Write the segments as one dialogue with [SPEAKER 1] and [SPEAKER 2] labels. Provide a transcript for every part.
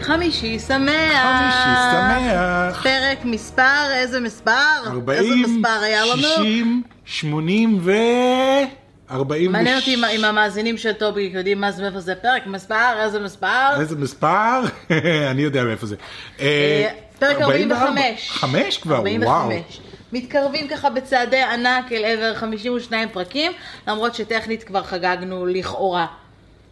[SPEAKER 1] חמישי שמח!
[SPEAKER 2] חמישי
[SPEAKER 1] אה,
[SPEAKER 2] שמח.
[SPEAKER 1] פרק מספר, איזה מספר?
[SPEAKER 2] 40,
[SPEAKER 1] איזה מספר היה לנו?
[SPEAKER 2] 60, 80 ו... 40
[SPEAKER 1] מעניין אותי אם- אם המאזינים של טובי יודעים מה זה מאיפה זה פרק מספר, איזה מספר?
[SPEAKER 2] איזה מספר? אני יודע מאיפה זה. אה,
[SPEAKER 1] אה, פרק 45.
[SPEAKER 2] 5 כבר,
[SPEAKER 1] 45.
[SPEAKER 2] וואו.
[SPEAKER 1] מתקרבים ככה בצעדי ענק אל עבר 52 פרקים, למרות שטכנית כבר חגגנו לכאורה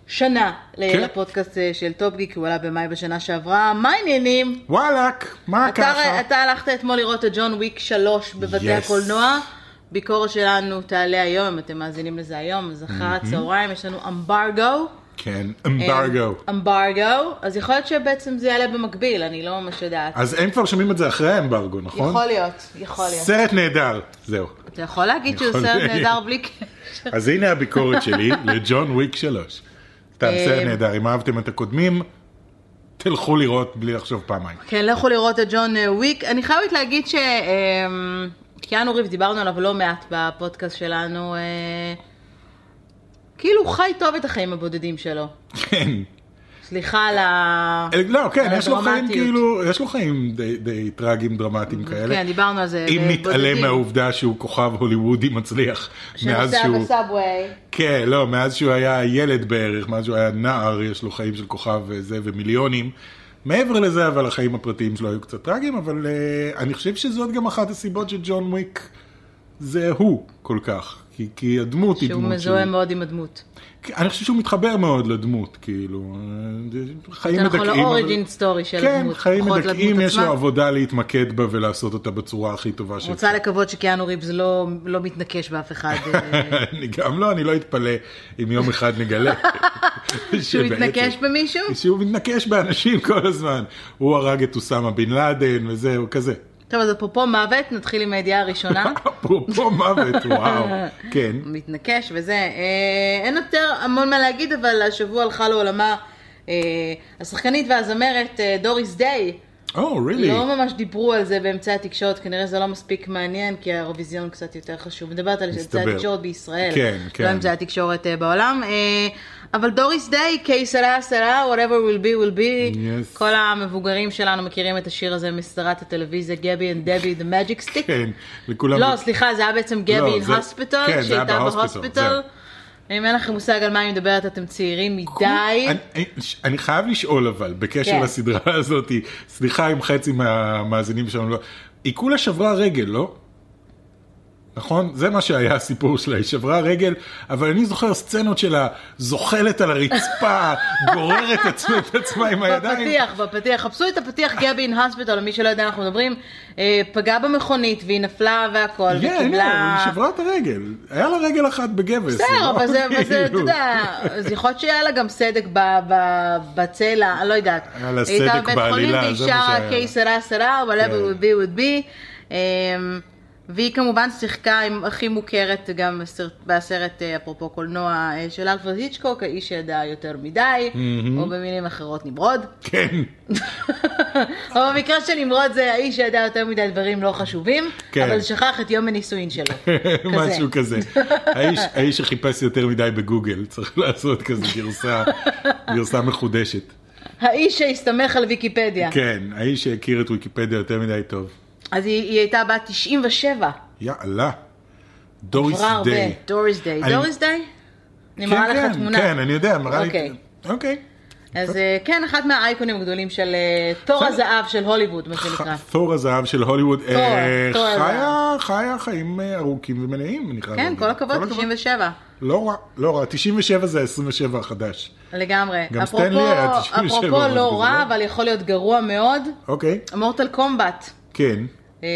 [SPEAKER 1] שנה ל-
[SPEAKER 2] כן.
[SPEAKER 1] לפודקאסט אה, של טופגי, כי הוא עלה במאי בשנה שעברה. מה העניינים?
[SPEAKER 2] וואלאק, מה
[SPEAKER 1] אתה,
[SPEAKER 2] אה, ככה?
[SPEAKER 1] אתה הלכת אתמול לראות את ג'ון וויק 3 בבתי
[SPEAKER 2] Yes.
[SPEAKER 1] הקולנוע. ביקורת שלנו תעלה היום, אם אתם מאזינים לזה היום, אז אחר הצהריים יש לנו אמברגו.
[SPEAKER 2] כן,
[SPEAKER 1] אה,
[SPEAKER 2] אמברגו.
[SPEAKER 1] אמברגו, אז יכול להיות שבעצם זה יעלה במקביל, אני לא ממש יודעת.
[SPEAKER 2] אז הם כבר שומעים את זה אחרי האמברגו, נכון?
[SPEAKER 1] יכול להיות, יכול להיות.
[SPEAKER 2] סרט נהדר, זהו.
[SPEAKER 1] אתה יכול להגיד שהוא
[SPEAKER 2] יכול
[SPEAKER 1] סרט
[SPEAKER 2] להיות.
[SPEAKER 1] נהדר בלי קשר.
[SPEAKER 2] אז הנה הביקורת שלי לג'ון וויק 3. סתם, סרט
[SPEAKER 1] אה,
[SPEAKER 2] נהדר, אם אהבתם את הקודמים, תלכו לראות בלי לחשוב פעמיים.
[SPEAKER 1] כן, לכו לראות את ג'ון אה, וויק. אני חייבת להגיד שקיאנו ריב, דיברנו עליו לא מעט בפודקאסט שלנו, אה, כאילו הוא חי טוב את החיים הבודדים שלו.
[SPEAKER 2] כן.
[SPEAKER 1] סליחה על ה...
[SPEAKER 2] אה, לא, כן,
[SPEAKER 1] על
[SPEAKER 2] יש לו חיים
[SPEAKER 1] הדרמטיות.
[SPEAKER 2] כאילו, יש לו חיים די- די טרגיים דרמטיים כאלה.
[SPEAKER 1] כן, דיברנו על זה.
[SPEAKER 2] אם
[SPEAKER 1] בבודדים.
[SPEAKER 2] נתעלם מהעובדה שהוא כוכב הוליוודי מצליח, מאז
[SPEAKER 1] שנוסע
[SPEAKER 2] שהוא...
[SPEAKER 1] בסאבווי.
[SPEAKER 2] כן, לא, מאז שהוא היה ילד בערך, מאז שהוא היה נער, יש לו חיים של כוכב וזה ומיליונים. מעבר לזה, אבל החיים הפרטיים שלו היו קצת טרגיים, אבל uh, אני חושב שזאת גם אחת הסיבות שג'ון וויק זה הוא כל כך. כי, כי הדמות היא
[SPEAKER 1] שהוא
[SPEAKER 2] דמות
[SPEAKER 1] מזוהה
[SPEAKER 2] שהוא-
[SPEAKER 1] מאוד עם הדמות.
[SPEAKER 2] כי- אני חושב שהוא מתחבר מאוד לדמות, כאילו, אה, חיים
[SPEAKER 1] אנחנו לא
[SPEAKER 2] מדכאים.
[SPEAKER 1] לאוריג'ין
[SPEAKER 2] אבל-
[SPEAKER 1] סטורי של
[SPEAKER 2] כן,
[SPEAKER 1] הדמות,
[SPEAKER 2] חיים
[SPEAKER 1] פחות
[SPEAKER 2] מדכאים,
[SPEAKER 1] לדמות
[SPEAKER 2] יש לו
[SPEAKER 1] עצמה.
[SPEAKER 2] עבודה להתמקד בה ולעשות אותה בצורה הכי טובה שאפשר.
[SPEAKER 1] רוצה לקוות שקיאנו ריבס לא לא מתנקש באף אחד. אה,
[SPEAKER 2] אני גם לא, אני לא אתפלא אם יום אחד נגלה.
[SPEAKER 1] שהוא
[SPEAKER 2] שבעצם-
[SPEAKER 1] התנקש במישהו?
[SPEAKER 2] שהוא מתנקש באנשים כל הזמן. הוא הרג את אוסמה בן לאדן וזהו, כזה.
[SPEAKER 1] טוב, אז אפרופו מוות, נתחיל עם הידיעה הראשונה.
[SPEAKER 2] נכון. אפרופו מוות, וואו. כן.
[SPEAKER 1] מתנקש וזה. אה, אין יותר המון מה להגיד, אבל השבוע הלכה לעולמה אה, השחקנית והזמרת אה, דוריס דיי.
[SPEAKER 2] או, Oh, really?
[SPEAKER 1] לא ממש דיברו על זה באמצעי התקשורת, כנראה זה לא מספיק מעניין, כי האירוויזיון קצת יותר חשוב. מדברת על אמצעי
[SPEAKER 2] מסתבר.
[SPEAKER 1] התקשורת בישראל,
[SPEAKER 2] כן, כן.
[SPEAKER 1] לא אמצעי התקשורת אה, בעולם. אה, אבל דוריס דיי, קייסלה סלה, whatever will be will be,
[SPEAKER 2] Yes.
[SPEAKER 1] כל המבוגרים שלנו מכירים את השיר הזה מסדרת הטלוויזיה, גבי and דבי, The Magic Stick.
[SPEAKER 2] כן, לכולם...
[SPEAKER 1] לא, סליחה, זה היה בעצם גבי
[SPEAKER 2] לא,
[SPEAKER 1] אין
[SPEAKER 2] זה-
[SPEAKER 1] הוספיטל,
[SPEAKER 2] כן, זה היה
[SPEAKER 1] שהייתה
[SPEAKER 2] בהוספיטל,
[SPEAKER 1] בהוספיטל.
[SPEAKER 2] זהו.
[SPEAKER 1] אם אין לכם מושג על מה אני מדברת, אתם צעירים מדי.
[SPEAKER 2] אני- אני- אני חייב לשאול אבל,
[SPEAKER 1] כן.
[SPEAKER 2] בקשר לסדרה הזאת, סליחה אם חצי מהמאזינים שלנו לא... היא כולה שברה רגל, לא? נכון? זה מה שהיה הסיפור שלה, היא שברה רגל, אבל אני זוכר סצנות שלה זוחלת על הרצפה, גוררת עצמה- את עצמה
[SPEAKER 1] לא
[SPEAKER 2] עם הידיים.
[SPEAKER 1] בפתיח, בפתיח, חפשו את הפתיח גבי אין הוספיטל, למי שלא יודע, אנחנו מדברים, אה, פגעה במכונית והיא נפלה והכל,
[SPEAKER 2] כן, הנה,
[SPEAKER 1] וקיבלה...
[SPEAKER 2] היא שברה את הרגל. היה לה רגל אחת בגבס. זה
[SPEAKER 1] בסדר,
[SPEAKER 2] לא
[SPEAKER 1] אבל זה, אבל זה, אתה
[SPEAKER 2] כאילו-
[SPEAKER 1] יודע, אז יכול להיות שהיה לה גם סדק ב- ב- בצלע, אני לא יודעת.
[SPEAKER 2] היה לה
[SPEAKER 1] היא הייתה
[SPEAKER 2] סדק
[SPEAKER 1] בבית
[SPEAKER 2] בעלילה,
[SPEAKER 1] חולים
[SPEAKER 2] זה
[SPEAKER 1] והיא
[SPEAKER 2] מה
[SPEAKER 1] שרה
[SPEAKER 2] שהיה לה.
[SPEAKER 1] קיי סרה סרה, whatever would
[SPEAKER 2] כן.
[SPEAKER 1] be would be. אמ, והיא כמובן שיחקה עם הכי מוכרת גם בסרט- בסרט, אה, אפרופו קולנוע, אה, של אלפרד היצ'קוק, האיש שידע יותר מדי, או במילים אחרות נמרוד.
[SPEAKER 2] כן,
[SPEAKER 1] או במקרה של נמרוד זה האיש שידע יותר מדי דברים לא חשובים,
[SPEAKER 2] כן.
[SPEAKER 1] אבל שכח את יום הנישואין שלו.
[SPEAKER 2] משהו כזה. האיש- האיש שחיפש יותר מדי בגוגל, צריך לעשות כזה גרסה- גרסה מחודשת.
[SPEAKER 1] האיש שהסתמך על ויקיפדיה.
[SPEAKER 2] כן, האיש שהכיר את ויקיפדיה יותר מדי טוב.
[SPEAKER 1] אז היא, היא הייתה בת 97,
[SPEAKER 2] יאללה. דוריס
[SPEAKER 1] עברה הרבה.
[SPEAKER 2] דיי.
[SPEAKER 1] דוריס דיי.
[SPEAKER 2] אני-
[SPEAKER 1] דוריס דיי? אני
[SPEAKER 2] כן,
[SPEAKER 1] מראה
[SPEAKER 2] כן,
[SPEAKER 1] לך תמונה.
[SPEAKER 2] כן, אני יודע, מראה לי...
[SPEAKER 1] אוקיי.
[SPEAKER 2] אוקיי.
[SPEAKER 1] אז אה, כן, אחת מהאייקונים הגדולים של אה, תור
[SPEAKER 2] בסדר.
[SPEAKER 1] הזהב של הוליווד, מה שנקרא.
[SPEAKER 2] ח- תור הזהב של הוליווד. אה,
[SPEAKER 1] תור הזהב.
[SPEAKER 2] חיה, חיה חיים אה, ארוכים ומלאים, אני חייב
[SPEAKER 1] כן,
[SPEAKER 2] להגיד.
[SPEAKER 1] כל הכבוד, 97.
[SPEAKER 2] לא רע, לא רע. 97 זה 27 החדש.
[SPEAKER 1] לגמרי.
[SPEAKER 2] גם
[SPEAKER 1] אפרופו-
[SPEAKER 2] סטנלי היה 97
[SPEAKER 1] אפרופו
[SPEAKER 2] משהו
[SPEAKER 1] לא
[SPEAKER 2] כזה,
[SPEAKER 1] רע,
[SPEAKER 2] לא?
[SPEAKER 1] אבל יכול להיות גרוע מאוד,
[SPEAKER 2] אוקיי,
[SPEAKER 1] מורטל קומבט.
[SPEAKER 2] כן.
[SPEAKER 1] אה,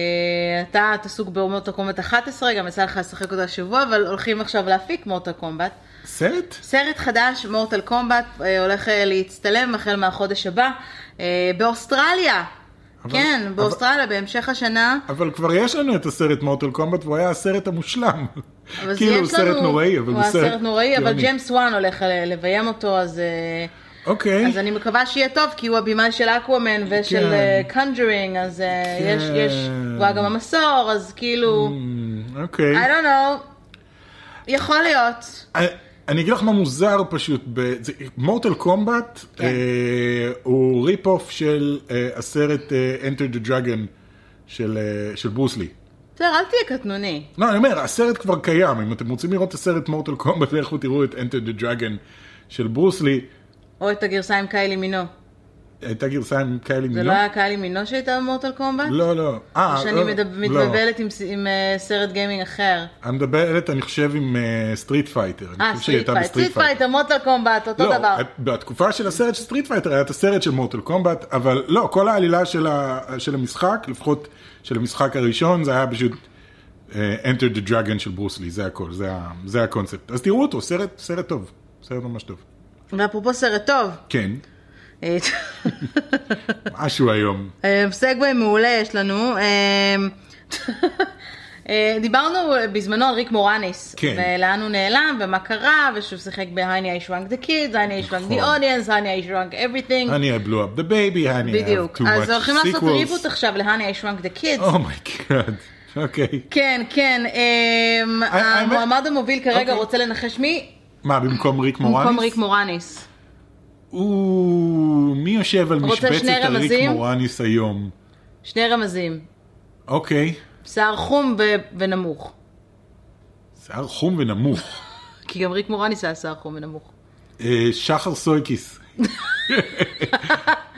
[SPEAKER 1] אתה אתה עסוק באומות הקומבט 11, גם יצא לך לשחק אותה השבוע, אבל הולכים עכשיו להפיק מורטל קומבט.
[SPEAKER 2] סרט?
[SPEAKER 1] סרט חדש, מורטל קומבט, אה, הולך אה, להצטלם החל מהחודש הבא אה, באוסטרליה.
[SPEAKER 2] אבל-
[SPEAKER 1] כן,
[SPEAKER 2] אבל-
[SPEAKER 1] באוסטרליה, בהמשך השנה.
[SPEAKER 2] אבל כבר יש לנו את הסרט מורטל קומבט, והוא היה הסרט המושלם.
[SPEAKER 1] אבל זה
[SPEAKER 2] כאילו,
[SPEAKER 1] יש
[SPEAKER 2] הוא סרט
[SPEAKER 1] לנו-
[SPEAKER 2] נוראי, אבל הוא סרט...
[SPEAKER 1] היה סרט נוראי, אבל
[SPEAKER 2] גאוני.
[SPEAKER 1] ג'יימס וואן הולך ל- לביים אותו, אז אה,
[SPEAKER 2] אוקיי.
[SPEAKER 1] אז אני מקווה שיהיה טוב, כי הוא הבמאי של אקוואמן ושל
[SPEAKER 2] כן.
[SPEAKER 1] קונג'רינג, אז אה, יש,
[SPEAKER 2] כן.
[SPEAKER 1] יש, הוא היה גם המסור, אז כאילו,
[SPEAKER 2] Mm,
[SPEAKER 1] I
[SPEAKER 2] אוקיי.
[SPEAKER 1] don't know, יכול להיות.
[SPEAKER 2] אה, אני אגיד לך מה מוזר פשוט, מורטל קומבט אה,
[SPEAKER 1] כן.
[SPEAKER 2] הוא ריפ אוף של אה, הסרט אה, Enter the Dragon של, אה, של ברוסלי.
[SPEAKER 1] בסדר, אל תהיה קטנוני.
[SPEAKER 2] לא, אני אומר, הסרט כבר קיים, אם אתם רוצים לראות את הסרט מורטל קומבט, לכו תראו את Enter the Dragon של ברוסלי.
[SPEAKER 1] או את הגרסה עם קיילי מינו.
[SPEAKER 2] הייתה גרסה עם כאלה
[SPEAKER 1] זה
[SPEAKER 2] מיליון?
[SPEAKER 1] לא היה קיילי מינו שהייתה במורטל קומבט?
[SPEAKER 2] לא, לא. אה,
[SPEAKER 1] או שאני
[SPEAKER 2] לא,
[SPEAKER 1] מדב-
[SPEAKER 2] לא.
[SPEAKER 1] מתבלבלת עם ס- עם אה, סרט גיימינג אחר.
[SPEAKER 2] אני מדברת, אני חושב, עם סטריט פייטר.
[SPEAKER 1] אה, סטריט פייט. סטריט פייט, המורטל קומבט, אותו
[SPEAKER 2] לא,
[SPEAKER 1] דבר.
[SPEAKER 2] בתקופה של הסרט של סטריט פייטר היה את הסרט של מורטל קומבט, אבל לא, כל העלילה של, ה, של המשחק, לפחות של המשחק הראשון, זה היה פשוט אה, Enter the Dragon של ברוסלי, זה הכל, זה, ה, זה הקונספט. אז תראו אותו, סרט, סרט טוב, סרט ממש טוב.
[SPEAKER 1] ואפרופו סרט טוב.
[SPEAKER 2] כן,
[SPEAKER 1] אה,
[SPEAKER 2] משהו היום.
[SPEAKER 1] אה, סגווי מעולה יש לנו. אה, אה, דיברנו בזמנו על ריק מורניס,
[SPEAKER 2] כן.
[SPEAKER 1] ולאן הוא נעלם, ומה קרה, ושהוא שיחק ב-Honey I shrunk the kids, Honey I shrunk the
[SPEAKER 2] נכון.
[SPEAKER 1] audience, Honey I shrunk everything.
[SPEAKER 2] אני I blew up the baby, אני I have
[SPEAKER 1] בדיוק.
[SPEAKER 2] too
[SPEAKER 1] אז
[SPEAKER 2] much
[SPEAKER 1] הולכים לעשות ריבוט
[SPEAKER 2] sequels. Oh.
[SPEAKER 1] עכשיו ל-Honey I shrunk the kids.
[SPEAKER 2] אומייגאד, אוקיי.
[SPEAKER 1] כן, כן, אמ,
[SPEAKER 2] I- I-
[SPEAKER 1] המועמד המוביל כרגע
[SPEAKER 2] אוקיי.
[SPEAKER 1] רוצה לנחש מי?
[SPEAKER 2] מה, במקום ריק מורניס?
[SPEAKER 1] במקום ריק מורניס.
[SPEAKER 2] או, מי יושב על
[SPEAKER 1] רוצה
[SPEAKER 2] משבצת
[SPEAKER 1] שני
[SPEAKER 2] הריק
[SPEAKER 1] רמזים?
[SPEAKER 2] מורניס היום?
[SPEAKER 1] שני רמזים,
[SPEAKER 2] אוקיי,
[SPEAKER 1] שיער חום ו- ונמוך.
[SPEAKER 2] שיער חום ונמוך.
[SPEAKER 1] כי גם ריק מורניס היה שיער חום ונמוך.
[SPEAKER 2] אה, שחר סויקיס.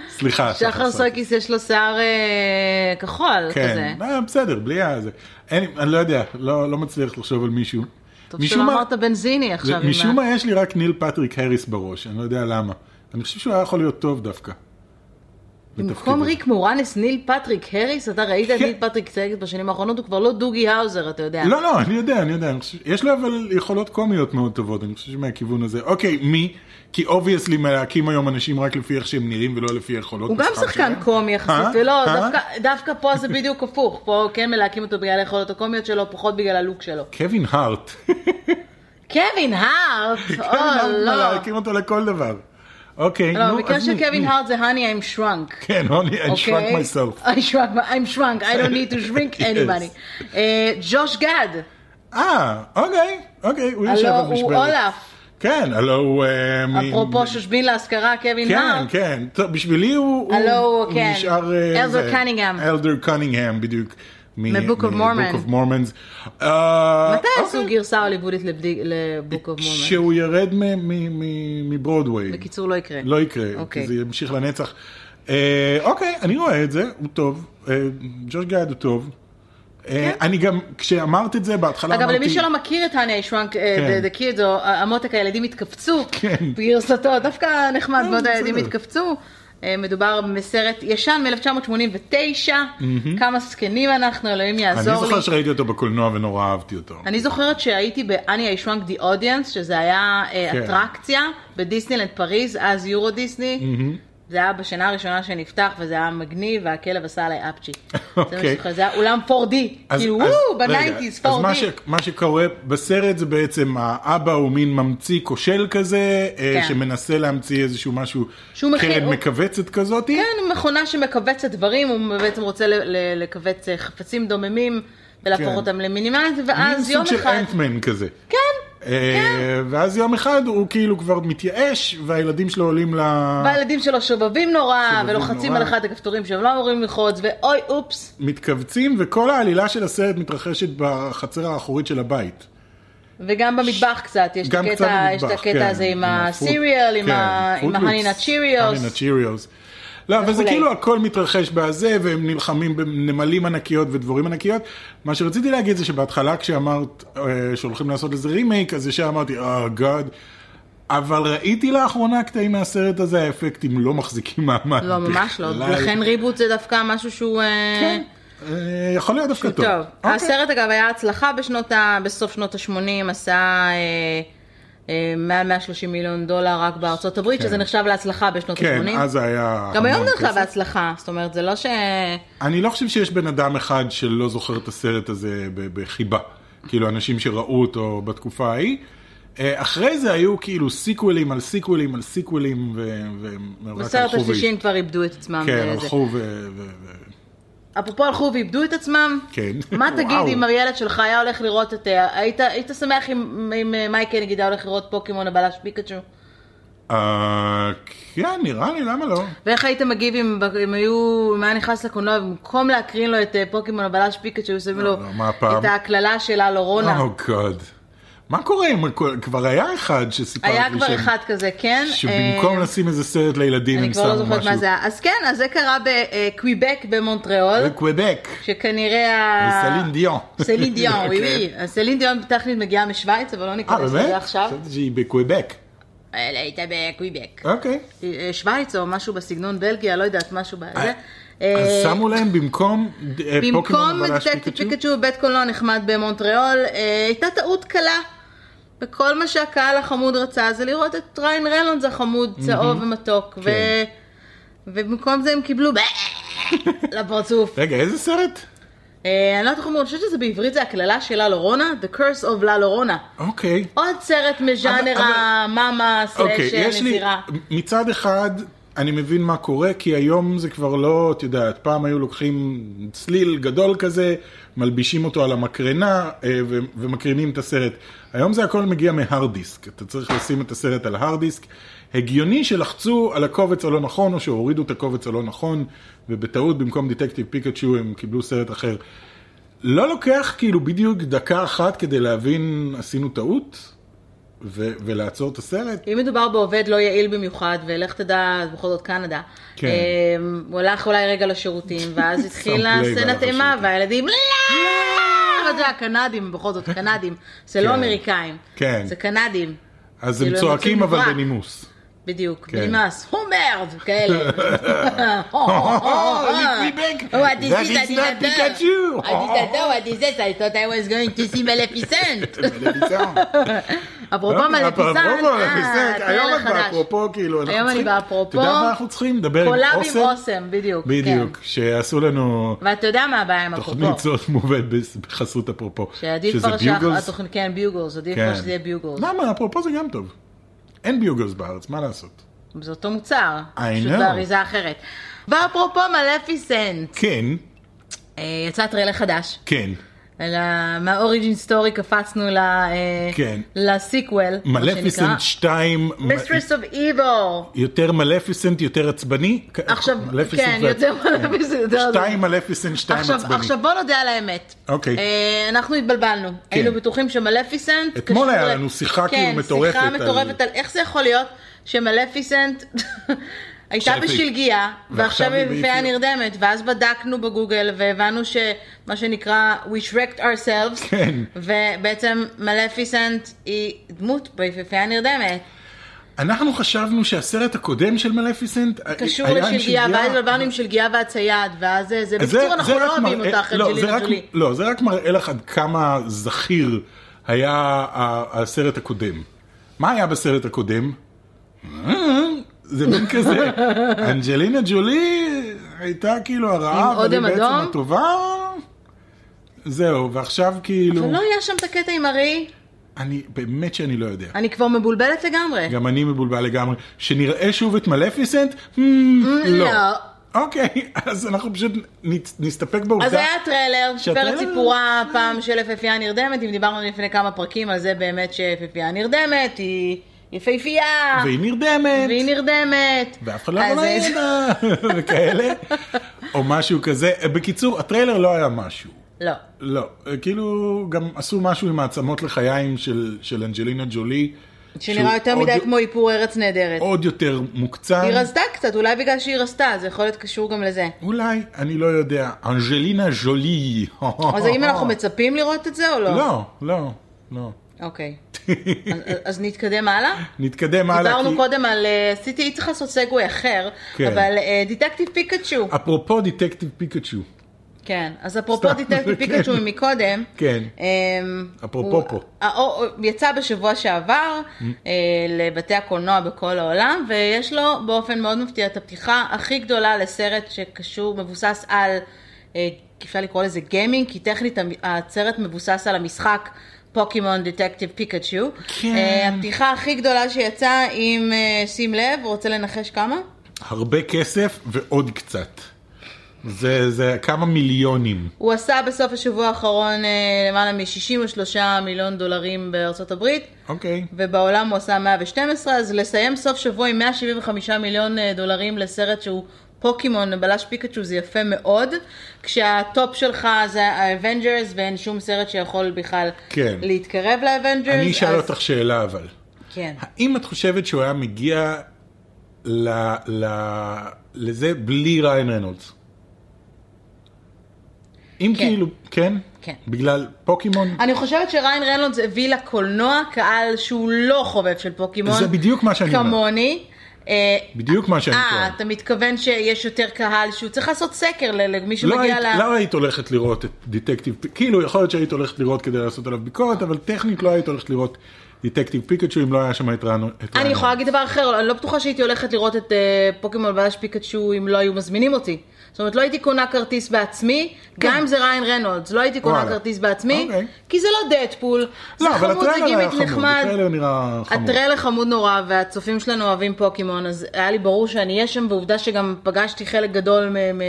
[SPEAKER 2] סליחה,
[SPEAKER 1] שחר סויקיס יש לו שיער אה, כחול כזה.
[SPEAKER 2] כן, אה, בסדר, בלי ה... זה. אין- אני לא יודע, לא לא מצליח לחשוב על מישהו.
[SPEAKER 1] טוב
[SPEAKER 2] משום
[SPEAKER 1] שלא
[SPEAKER 2] מה-
[SPEAKER 1] אמרת בנזיני
[SPEAKER 2] זה-
[SPEAKER 1] עכשיו. עם
[SPEAKER 2] משום
[SPEAKER 1] ה-
[SPEAKER 2] מה יש לי רק ניל פטריק הריס בראש, אני לא יודע למה. אני חושב שהוא היה יכול להיות טוב דווקא.
[SPEAKER 1] במקום
[SPEAKER 2] בתפקידו.
[SPEAKER 1] ריק מורניס, ניל פטריק הריס, אתה ראית את
[SPEAKER 2] כן.
[SPEAKER 1] ניל פטריק הריס בשנים האחרונות, הוא כבר לא דוגי האוזר, אתה יודע.
[SPEAKER 2] לא, לא, אני יודע, אני יודע. אני חושב- יש לו אבל יכולות קומיות מאוד טובות, אני חושב שמהכיוון הזה. אוקיי, מי? כי אובייסלי מלהקים היום אנשים רק לפי איך שהם נראים ולא לפי היכולות
[SPEAKER 1] הוא גם
[SPEAKER 2] משחק
[SPEAKER 1] שחקן
[SPEAKER 2] שלהם.
[SPEAKER 1] קומי יחסית,
[SPEAKER 2] אה?
[SPEAKER 1] ולא,
[SPEAKER 2] אה?
[SPEAKER 1] דווקא- דווקא פה זה בדיוק הפוך, פה כן מלהקים אותו בגלל היכולות הקומיות שלו, פחות בגלל הלוק שלו.
[SPEAKER 2] קווין הארט.
[SPEAKER 1] קווין הארט,
[SPEAKER 2] קווין
[SPEAKER 1] או
[SPEAKER 2] הארט
[SPEAKER 1] אה, לא.
[SPEAKER 2] מלהקים אותו לכל דבר. אוקיי,
[SPEAKER 1] לא,
[SPEAKER 2] נו,
[SPEAKER 1] במקרה
[SPEAKER 2] אז
[SPEAKER 1] של
[SPEAKER 2] מי-
[SPEAKER 1] קווין
[SPEAKER 2] מי?
[SPEAKER 1] הארט זה honey I'm shrunk.
[SPEAKER 2] כן, הוני, I shrunk
[SPEAKER 1] אוקיי?
[SPEAKER 2] myself.
[SPEAKER 1] I shrunk, I'm shrunk, I don't need to shrink
[SPEAKER 2] Yes.
[SPEAKER 1] anybody. אה, ג'וש גד,
[SPEAKER 2] אה, אוקיי, אוקיי, הוא יושב
[SPEAKER 1] הלו
[SPEAKER 2] על
[SPEAKER 1] הוא
[SPEAKER 2] משברת.
[SPEAKER 1] אולף,
[SPEAKER 2] כן, הלו הוא... אה, מ-
[SPEAKER 1] אפרופו שושבין להשכרה קווין
[SPEAKER 2] כן,
[SPEAKER 1] הארט.
[SPEAKER 2] כן, טוב, בשבילי הוא...
[SPEAKER 1] הלו הוא,
[SPEAKER 2] הוא
[SPEAKER 1] כן.
[SPEAKER 2] נשאר... אה,
[SPEAKER 1] Elder
[SPEAKER 2] זה,
[SPEAKER 1] Cunningham.
[SPEAKER 2] Elder Cunningham, בדיוק.
[SPEAKER 1] מ-Book of Mormon.
[SPEAKER 2] Book of Mormons. אה,
[SPEAKER 1] מתי עשו
[SPEAKER 2] אוקיי.
[SPEAKER 1] גרסה הוליוודית לבוק אוף מומנט?
[SPEAKER 2] שהוא ירד מ- מ- מ- מברודוויי.
[SPEAKER 1] בקיצור לא יקרה.
[SPEAKER 2] לא יקרה,
[SPEAKER 1] אוקיי.
[SPEAKER 2] כי זה ימשיך לנצח. אה, אוקיי, אני רואה את זה, הוא טוב. אה, ג'וש גאד הוא טוב. אה, אני גם, כשאמרת את זה בהתחלה
[SPEAKER 1] כן. אגב,
[SPEAKER 2] לא אמרתי...
[SPEAKER 1] למי שלא מכיר את הניה שרנק
[SPEAKER 2] כן.
[SPEAKER 1] דה קיד, או אה, המותק הילדים התכווצו,
[SPEAKER 2] כן.
[SPEAKER 1] בגרסתו, דווקא נחמד,
[SPEAKER 2] אה,
[SPEAKER 1] מאוד הילדים
[SPEAKER 2] בסדר.
[SPEAKER 1] התכווצו. אה, מדובר בסרט ישן מ-1989, כמה זקנים אנחנו, אלוהים
[SPEAKER 2] אני
[SPEAKER 1] יעזור לי.
[SPEAKER 2] זוכר שראיתי אותו בקולנוע ונורא אהבתי אותו.
[SPEAKER 1] אני זוכרת שהייתי ב-Annie I shrunk the audience, שזה היה אה,
[SPEAKER 2] כן.
[SPEAKER 1] אטרקציה בדיסנילנד פריז, אז יורו דיסני. זה היה בשנה הראשונה שנפתח, וזה היה מגניב, והכלב עשה עליי אפצ'י. זה מה שאני
[SPEAKER 2] אוקיי.
[SPEAKER 1] זוכרת, זה היה אולם 4D,
[SPEAKER 2] אז-
[SPEAKER 1] כאילו,
[SPEAKER 2] אז-
[SPEAKER 1] וואו,
[SPEAKER 2] רגע,
[SPEAKER 1] בניינטיז, 4D.
[SPEAKER 2] אז מה, ש, מה שקורה בסרט זה בעצם האבא הוא מין ממציא כושל כזה, אה,
[SPEAKER 1] כן.
[SPEAKER 2] שמנסה להמציא איזשהו משהו,
[SPEAKER 1] שהוא מכין-
[SPEAKER 2] קרן
[SPEAKER 1] הוא-
[SPEAKER 2] מכווצת כזאת.
[SPEAKER 1] כן, מכונה שמכווצת דברים, הוא בעצם רוצה ל- ל- לכווץ אה, חפצים דוממים ולהפוך
[SPEAKER 2] כן.
[SPEAKER 1] אותם למינימלית, ואז יום
[SPEAKER 2] מין סוג של
[SPEAKER 1] אחד...
[SPEAKER 2] אנטמן כזה.
[SPEAKER 1] כן,
[SPEAKER 2] אה, ואז יום אחד הוא כאילו כבר מתייאש, והילדים שלו עולים ל...
[SPEAKER 1] והילדים שלו שובבים נורא,
[SPEAKER 2] שובבים
[SPEAKER 1] ולוחצים
[SPEAKER 2] נורא.
[SPEAKER 1] על אחד הכפתורים שהם לא אמורים ללחוץ, ואוי, אופס.
[SPEAKER 2] מתכווצים, וכל העלילה של הסרט מתרחשת בחצר האחורית של הבית.
[SPEAKER 1] וגם במטבח קצת, יש את
[SPEAKER 2] גם קצת
[SPEAKER 1] הקטע, יש את
[SPEAKER 2] במטבח,
[SPEAKER 1] הקטע
[SPEAKER 2] כן,
[SPEAKER 1] הזה עם
[SPEAKER 2] הפרוט-
[SPEAKER 1] הסיריאל, עם
[SPEAKER 2] כן,
[SPEAKER 1] ה- עם
[SPEAKER 2] פרוט
[SPEAKER 1] ההני
[SPEAKER 2] לופס,
[SPEAKER 1] נאט שיריוס.
[SPEAKER 2] Honey Nut Cheerios. לא, אבל זה
[SPEAKER 1] וכולי.
[SPEAKER 2] כאילו הכל מתרחש בזה, והם נלחמים בנמלים ענקיות ודבורים ענקיות. מה שרציתי להגיד זה שבהתחלה כשאמרת אה, שהולכים לעשות לזה רימייק, אז ישר אמרתי, אה, גאד. אבל ראיתי לאחרונה קטעים מהסרט הזה, האפקטים לא מחזיקים מעמד.
[SPEAKER 1] לא, ממש לא.
[SPEAKER 2] בכלל.
[SPEAKER 1] לכן ריבוט זה דווקא משהו שהוא... אה,
[SPEAKER 2] כן, אה, יכול להיות דווקא טוב.
[SPEAKER 1] טוב,
[SPEAKER 2] אוקיי.
[SPEAKER 1] הסרט אגב היה הצלחה בשנות ה... בסוף שנות ה-80, עשה אה, אה, מעל 130 מיליון דולר רק בארצות הברית, שזה נחשב להצלחה בשנות
[SPEAKER 2] כן,
[SPEAKER 1] ה-80.
[SPEAKER 2] אז היה...
[SPEAKER 1] גם היום
[SPEAKER 2] המון
[SPEAKER 1] זה נחשב
[SPEAKER 2] כסף.
[SPEAKER 1] להצלחה, זאת אומרת, זה לא ש...
[SPEAKER 2] אני לא חושב שיש בן אדם אחד שלא זוכר את הסרט הזה ב- בחיבה. כאילו, אנשים שראו אותו בתקופה ההיא. אה, אחרי זה היו כאילו סיקוולים על סיקוולים על סיקוולים, ו- והם רק
[SPEAKER 1] בסרט אה,
[SPEAKER 2] הלכו ו-
[SPEAKER 1] השלישי הם כבר איבדו את עצמם.
[SPEAKER 2] כן,
[SPEAKER 1] וזה.
[SPEAKER 2] הלכו ו... ו- ו-
[SPEAKER 1] אפרופו הלכו ואיבדו את עצמם,
[SPEAKER 2] כן.
[SPEAKER 1] מה תגיד
[SPEAKER 2] וואו.
[SPEAKER 1] אם הילד שלך היה הולך לראות את... אה, היית, היית שמח אם, אם אה, מייקל נגיד היה הולך לראות פוקימון הבלש פיקאצ'ו?
[SPEAKER 2] אה, כן, נראה לי, למה לא?
[SPEAKER 1] ואיך היית מגיב אם, ב- אם היו, אם היה נכנס לקולנוע, במקום להקרין לו את אה, פוקימון הבלש פיקאצ'ו, היו שמים לו
[SPEAKER 2] לא, מה לא, הפעם?
[SPEAKER 1] את ההקללה של הלורונה.
[SPEAKER 2] גוד. Oh, מה קורה עם הכל? כבר היה אחד שסיפרתי
[SPEAKER 1] היה כבר
[SPEAKER 2] שהם-
[SPEAKER 1] אחד כזה, כן?
[SPEAKER 2] שבמקום
[SPEAKER 1] אה,
[SPEAKER 2] לשים איזה סרט לילדים,
[SPEAKER 1] אני
[SPEAKER 2] הם
[SPEAKER 1] כבר לא
[SPEAKER 2] שמו
[SPEAKER 1] זוכרת מה זה
[SPEAKER 2] משהו.
[SPEAKER 1] היה. אז כן, אז זה קרה בקוויבק במונטריאול,
[SPEAKER 2] אה, בקוויבק,
[SPEAKER 1] שכנראה... ה-
[SPEAKER 2] סלין דיון.
[SPEAKER 1] סלין דיון, וואי
[SPEAKER 2] כן.
[SPEAKER 1] וואי. אז סלין דיון טכנית מגיעה משוויץ, אבל לא
[SPEAKER 2] אה,
[SPEAKER 1] ניכנס
[SPEAKER 2] באמת?
[SPEAKER 1] לזה עכשיו.
[SPEAKER 2] חשבתי שהיא בקוויבק.
[SPEAKER 1] אלא הייתה בקוויבק.
[SPEAKER 2] אוקיי.
[SPEAKER 1] אה, שוויץ או משהו בסגנון בלגיה, לא יודעת, משהו בזה.
[SPEAKER 2] אה, אז שמו להם במקום אה, פוקימון
[SPEAKER 1] במקום
[SPEAKER 2] בלש
[SPEAKER 1] דטקטיב
[SPEAKER 2] פיקצ'ו?
[SPEAKER 1] פיקצ'ו בבית קולנוע נחמד במונטריאול, אה, הייתה טעות קלה. וכל מה שהקהל החמוד רצה זה לראות את ריין רלונדס החמוד, צהוב ומתוק. ו-
[SPEAKER 2] כן.
[SPEAKER 1] ובמקום זה הם קיבלו "בא" לפרצוף.
[SPEAKER 2] רגע, איזה סרט?
[SPEAKER 1] אה, אני לא יודעת איך אומרים, אני חושבת שזה בעברית זה הקללה של לה לורונה, The Curse of לה לורונה.
[SPEAKER 2] אוקיי.
[SPEAKER 1] עוד סרט מז'אנר
[SPEAKER 2] אבל-
[SPEAKER 1] המאמה סלאש
[SPEAKER 2] אוקיי, יש לי,
[SPEAKER 1] נזירה.
[SPEAKER 2] מצד אחד, אני מבין מה קורה, כי היום זה כבר לא, את יודעת, פעם היו לוקחים צליל גדול כזה, מלבישים אותו על המקרנה אה, ו- ומקרינים את הסרט. היום זה הכל מגיע מהארד דיסק, אתה צריך לשים את הסרט על ההארד דיסק. הגיוני שלחצו על הקובץ הלא נכון, או שהורידו את הקובץ הלא נכון, ובטעות במקום דטקטיב פיקצ'ו הם קיבלו סרט אחר. לא לוקח כאילו בדיוק דקה אחת כדי להבין עשינו טעות ו- ולעצור את הסרט?
[SPEAKER 1] אם מדובר בעובד לא יעיל במיוחד, ולך תדע, בכל זאת קנדה,
[SPEAKER 2] כן.
[SPEAKER 1] אמ, הוא הלך אולי רגע לשירותים, ואז התחילה
[SPEAKER 2] לב,
[SPEAKER 1] סצנת
[SPEAKER 2] הלך
[SPEAKER 1] אימה,
[SPEAKER 2] לשירותים. לא!
[SPEAKER 1] והילדים, לא! אבל זה הקנדים, בכל זאת קנדים, זה לא
[SPEAKER 2] כן.
[SPEAKER 1] אמריקאים,
[SPEAKER 2] כן.
[SPEAKER 1] זה קנדים,
[SPEAKER 2] אז
[SPEAKER 1] כאילו,
[SPEAKER 2] הם
[SPEAKER 1] הם
[SPEAKER 2] צועקים
[SPEAKER 1] יוצאים
[SPEAKER 2] אבל
[SPEAKER 1] מברק.
[SPEAKER 2] בנימוס.
[SPEAKER 1] בדיוק,
[SPEAKER 2] כן. Oh,
[SPEAKER 1] בנמאס, הומרד, כאלה.
[SPEAKER 2] Liquid Bank.
[SPEAKER 1] What is
[SPEAKER 2] That
[SPEAKER 1] this? I
[SPEAKER 2] is
[SPEAKER 1] did
[SPEAKER 2] not
[SPEAKER 1] not know.
[SPEAKER 2] Pikachu.
[SPEAKER 1] I did not know what is this. I thought I was going to see Maleficent.
[SPEAKER 2] לא,
[SPEAKER 1] אפרופו מלפיסן,
[SPEAKER 2] אפרופו
[SPEAKER 1] אה,
[SPEAKER 2] מלפיסן, היום
[SPEAKER 1] הטריילר
[SPEAKER 2] את
[SPEAKER 1] חדש.
[SPEAKER 2] באפרופו, כאילו, אנחנו
[SPEAKER 1] היום אני
[SPEAKER 2] צריכים,
[SPEAKER 1] באפרופו.
[SPEAKER 2] אתה יודע מה אנחנו צריכים? לדבר עם
[SPEAKER 1] קולאב עם
[SPEAKER 2] אוסם?
[SPEAKER 1] אוסם, בדיוק.
[SPEAKER 2] בדיוק,
[SPEAKER 1] כן.
[SPEAKER 2] שעשו לנו
[SPEAKER 1] ואתה יודע מה הבעיה עם אפרופו?
[SPEAKER 2] תוכנית זאת מובאת בס- בחסות אפרופו,
[SPEAKER 1] שעדיף
[SPEAKER 2] שזה
[SPEAKER 1] כבר
[SPEAKER 2] ביוגלס.
[SPEAKER 1] שהתוכנית, כן, ביוגלס, עדיף
[SPEAKER 2] כן.
[SPEAKER 1] כבר שזה יהיה ביוגלס.
[SPEAKER 2] למה? אפרופו זה גם טוב. אין ביוגלס בארץ, מה לעשות?
[SPEAKER 1] זה אותו מוצר,
[SPEAKER 2] I
[SPEAKER 1] פשוט
[SPEAKER 2] know.
[SPEAKER 1] באריזה אחרת. ואפרופו מלפיסנט,
[SPEAKER 2] כן,
[SPEAKER 1] אה, יצא טריילר חדש.
[SPEAKER 2] כן.
[SPEAKER 1] אלא מהאוריג'ין סטורי קפצנו ל... אה,
[SPEAKER 2] כן.
[SPEAKER 1] לסיקוול. מה שנקרא.
[SPEAKER 2] מלפיסנט 2,
[SPEAKER 1] Mistress of Evil.
[SPEAKER 2] יותר מלפיסנט, יותר עצבני?
[SPEAKER 1] עכשיו,
[SPEAKER 2] מלפיסנט
[SPEAKER 1] כן,
[SPEAKER 2] ועצ-
[SPEAKER 1] יותר מלפיסנט. יותר-
[SPEAKER 2] שתיים מלפיסנט, שתיים
[SPEAKER 1] עכשיו-
[SPEAKER 2] עצבני.
[SPEAKER 1] עכשיו בוא נודה על האמת.
[SPEAKER 2] אוקיי. כן.
[SPEAKER 1] אה, אנחנו התבלבלנו. היינו בטוחים שמלפיסנט...
[SPEAKER 2] אתמול
[SPEAKER 1] קשור
[SPEAKER 2] היה
[SPEAKER 1] ל-
[SPEAKER 2] לנו שיחה כאילו מטורפת
[SPEAKER 1] כן, שיחה
[SPEAKER 2] על-
[SPEAKER 1] מטורפת על איך זה יכול להיות שמלפיסנט הייתה
[SPEAKER 2] שרפיק.
[SPEAKER 1] בשלגיה, ועכשיו
[SPEAKER 2] ועכשיו
[SPEAKER 1] היא
[SPEAKER 2] היא
[SPEAKER 1] בפיה
[SPEAKER 2] באיפיה.
[SPEAKER 1] נרדמת, ואז בדקנו בגוגל והבנו שמה שנקרא We shreked ourselves,
[SPEAKER 2] כן.
[SPEAKER 1] ובעצם מלפיסנט היא דמות ביפהפייה נרדמת.
[SPEAKER 2] אנחנו חשבנו שהסרט הקודם של מלפיסנט
[SPEAKER 1] קשור
[SPEAKER 2] היה עם
[SPEAKER 1] לשלגיה,
[SPEAKER 2] שלגיה.
[SPEAKER 1] ואז התבלבלנו עם שלגיה והצייד, ואז זה, זה
[SPEAKER 2] אז זה-
[SPEAKER 1] בקיצור אנחנו
[SPEAKER 2] זה
[SPEAKER 1] לא
[SPEAKER 2] רק
[SPEAKER 1] אוהבים
[SPEAKER 2] מראה-
[SPEAKER 1] אותך,
[SPEAKER 2] לא, זה
[SPEAKER 1] אנג'לינה
[SPEAKER 2] רק-
[SPEAKER 1] ג'ולי.
[SPEAKER 2] לא, זה רק מראה לך עד כמה זכיר היה ה- הסרט הקודם. מה היה בסרט הקודם? אה, זה מין כזה, אנג'לינה ג'ולי הייתה כאילו הרעה,
[SPEAKER 1] עם
[SPEAKER 2] אבל היא
[SPEAKER 1] אודם
[SPEAKER 2] בעצם
[SPEAKER 1] אדום?
[SPEAKER 2] הטובה. זהו, ועכשיו כאילו,
[SPEAKER 1] אבל לא היה שם את הקטע עם ארי,
[SPEAKER 2] אני באמת שאני לא יודע.
[SPEAKER 1] אני כבר מבולבלת לגמרי.
[SPEAKER 2] גם אני מבולבל לגמרי. שנראה שוב את מלפיסנט? Hmm, לא.
[SPEAKER 1] לא.
[SPEAKER 2] אוקיי, אז אנחנו פשוט נצ- נסתפק בעובדה.
[SPEAKER 1] אז היה טריילר, סיפר
[SPEAKER 2] שהטריילר-
[SPEAKER 1] את סיפורה פעם של יפהפייה נרדמת, אם דיברנו לפני כמה פרקים על זה באמת שיפהפייה נרדמת, היא יפהפייה,
[SPEAKER 2] והיא נרדמת.
[SPEAKER 1] והיא נרדמת.
[SPEAKER 2] ואף אחד לא
[SPEAKER 1] אז-
[SPEAKER 2] אמר לה ידע, וכאלה, או משהו כזה. בקיצור, הטריילר לא היה משהו.
[SPEAKER 1] לא.
[SPEAKER 2] לא, כאילו גם עשו משהו עם העצמות לחיים של, של אנג'לינה ג'ולי. שהוא
[SPEAKER 1] שנראה יותר
[SPEAKER 2] עוד-
[SPEAKER 1] מדי כמו איפור ארץ נהדרת.
[SPEAKER 2] עוד יותר מוקצן.
[SPEAKER 1] היא רזתה קצת, אולי בגלל שהיא רזתה, זה יכול להיות קשור גם לזה.
[SPEAKER 2] אולי, אני לא יודע. אנג'לינה ז'ולי.
[SPEAKER 1] אז האם אנחנו מצפים לראות את זה או לא?
[SPEAKER 2] לא, לא, לא.
[SPEAKER 1] אוקיי. אז- אז נתקדם הלאה?
[SPEAKER 2] נתקדם הלאה.
[SPEAKER 1] דיברנו
[SPEAKER 2] כי-
[SPEAKER 1] קודם על, אה, עשיתי, הייתי צריך לעשות סגווי אחר,
[SPEAKER 2] כן.
[SPEAKER 1] אבל אה, דיטקטיב פיקאצ'ו.
[SPEAKER 2] אפרופו דטקטיב פיקצ'ו,
[SPEAKER 1] כן, אז אפרופו
[SPEAKER 2] סתם,
[SPEAKER 1] דיטקטיב
[SPEAKER 2] כן.
[SPEAKER 1] פיקאצ'ו מקודם.
[SPEAKER 2] כן.
[SPEAKER 1] אמ,
[SPEAKER 2] אפרופו
[SPEAKER 1] הוא-
[SPEAKER 2] פה. Mm.
[SPEAKER 1] אה, הוא- הוא יצא בשבוע שעבר אה, לבתי הקולנוע בכל העולם, ויש לו באופן מאוד מפתיע את הפתיחה הכי גדולה לסרט שקשור, מבוסס על, אה, אפשר לקרוא לזה גיימינג, כי טכנית המ- הסרט מבוסס על המשחק. פוקימון דטקטיב פיקאצ'ו. אה,
[SPEAKER 2] כן.
[SPEAKER 1] הפתיחה הכי גדולה שיצאה עם, אה, שים לב, רוצה לנחש כמה?
[SPEAKER 2] הרבה כסף ועוד קצת. זה, זה כמה מיליונים.
[SPEAKER 1] הוא עשה בסוף השבוע האחרון אה, למעלה מ-63 מיליון דולרים בארצות הברית,
[SPEAKER 2] אוקיי.
[SPEAKER 1] ובעולם הוא עשה 112, אז לסיים סוף שבוע עם 175 מיליון אה, דולרים לסרט שהוא פוקימון, בלש פיקאצ'ו, זה יפה מאוד, כשהטופ שלך זה האבנג'רס, ואין שום סרט שיכול בכלל
[SPEAKER 2] כן.
[SPEAKER 1] להתקרב לאבנג'רס.
[SPEAKER 2] אני אשאל
[SPEAKER 1] אז-
[SPEAKER 2] אותך שאלה אבל.
[SPEAKER 1] כן.
[SPEAKER 2] האם את חושבת שהוא היה מגיע ל, ל, לזה בלי ריין רנולדס? אם
[SPEAKER 1] כן.
[SPEAKER 2] כאילו, כן?
[SPEAKER 1] כן.
[SPEAKER 2] בגלל פוקימון?
[SPEAKER 1] אני חושבת שריין רנולדס הביא לקולנוע קהל שהוא לא חובב של פוקימון.
[SPEAKER 2] זה בדיוק מה שאני אומר.
[SPEAKER 1] כמוני. אה,
[SPEAKER 2] בדיוק מה שאני
[SPEAKER 1] אה,
[SPEAKER 2] טוען.
[SPEAKER 1] אתה מתכוון שיש יותר קהל שהוא צריך לעשות סקר ל- למי
[SPEAKER 2] לא היית,
[SPEAKER 1] שמגיע ל...
[SPEAKER 2] לא היית הולכת לראות את דיטקטיב, פ- כאילו יכול להיות שהיית הולכת לראות כדי לעשות עליו ביקורת, אבל טכנית לא היית הולכת לראות דיטקטיב פיקצ'ו אם לא היה שם את רנו. את
[SPEAKER 1] אני
[SPEAKER 2] רנו.
[SPEAKER 1] יכולה להגיד דבר אחר, אני לא בטוחה שהייתי הולכת לראות את אה, פוקימון בלש פיקאצ'ו אם לא היו מזמינים אותי. זאת אומרת, לא הייתי קונה כרטיס בעצמי, גם אם זה ריין רנולדס, לא הייתי קונה
[SPEAKER 2] כן. וואלה.
[SPEAKER 1] כרטיס בעצמי,
[SPEAKER 2] אוקיי.
[SPEAKER 1] כי זה לא דדפול, זה
[SPEAKER 2] לא, אבל
[SPEAKER 1] חמוד, זה
[SPEAKER 2] הטריילר היה
[SPEAKER 1] גימיק
[SPEAKER 2] חמוד,
[SPEAKER 1] נחמד.
[SPEAKER 2] הטריילר נראה חמוד.
[SPEAKER 1] הטריילר חמוד נורא, והצופים שלנו אוהבים פוקימון, אז היה לי ברור שאני אהיה שם, ועובדה שגם פגשתי חלק גדול מ- מ-
[SPEAKER 2] כן.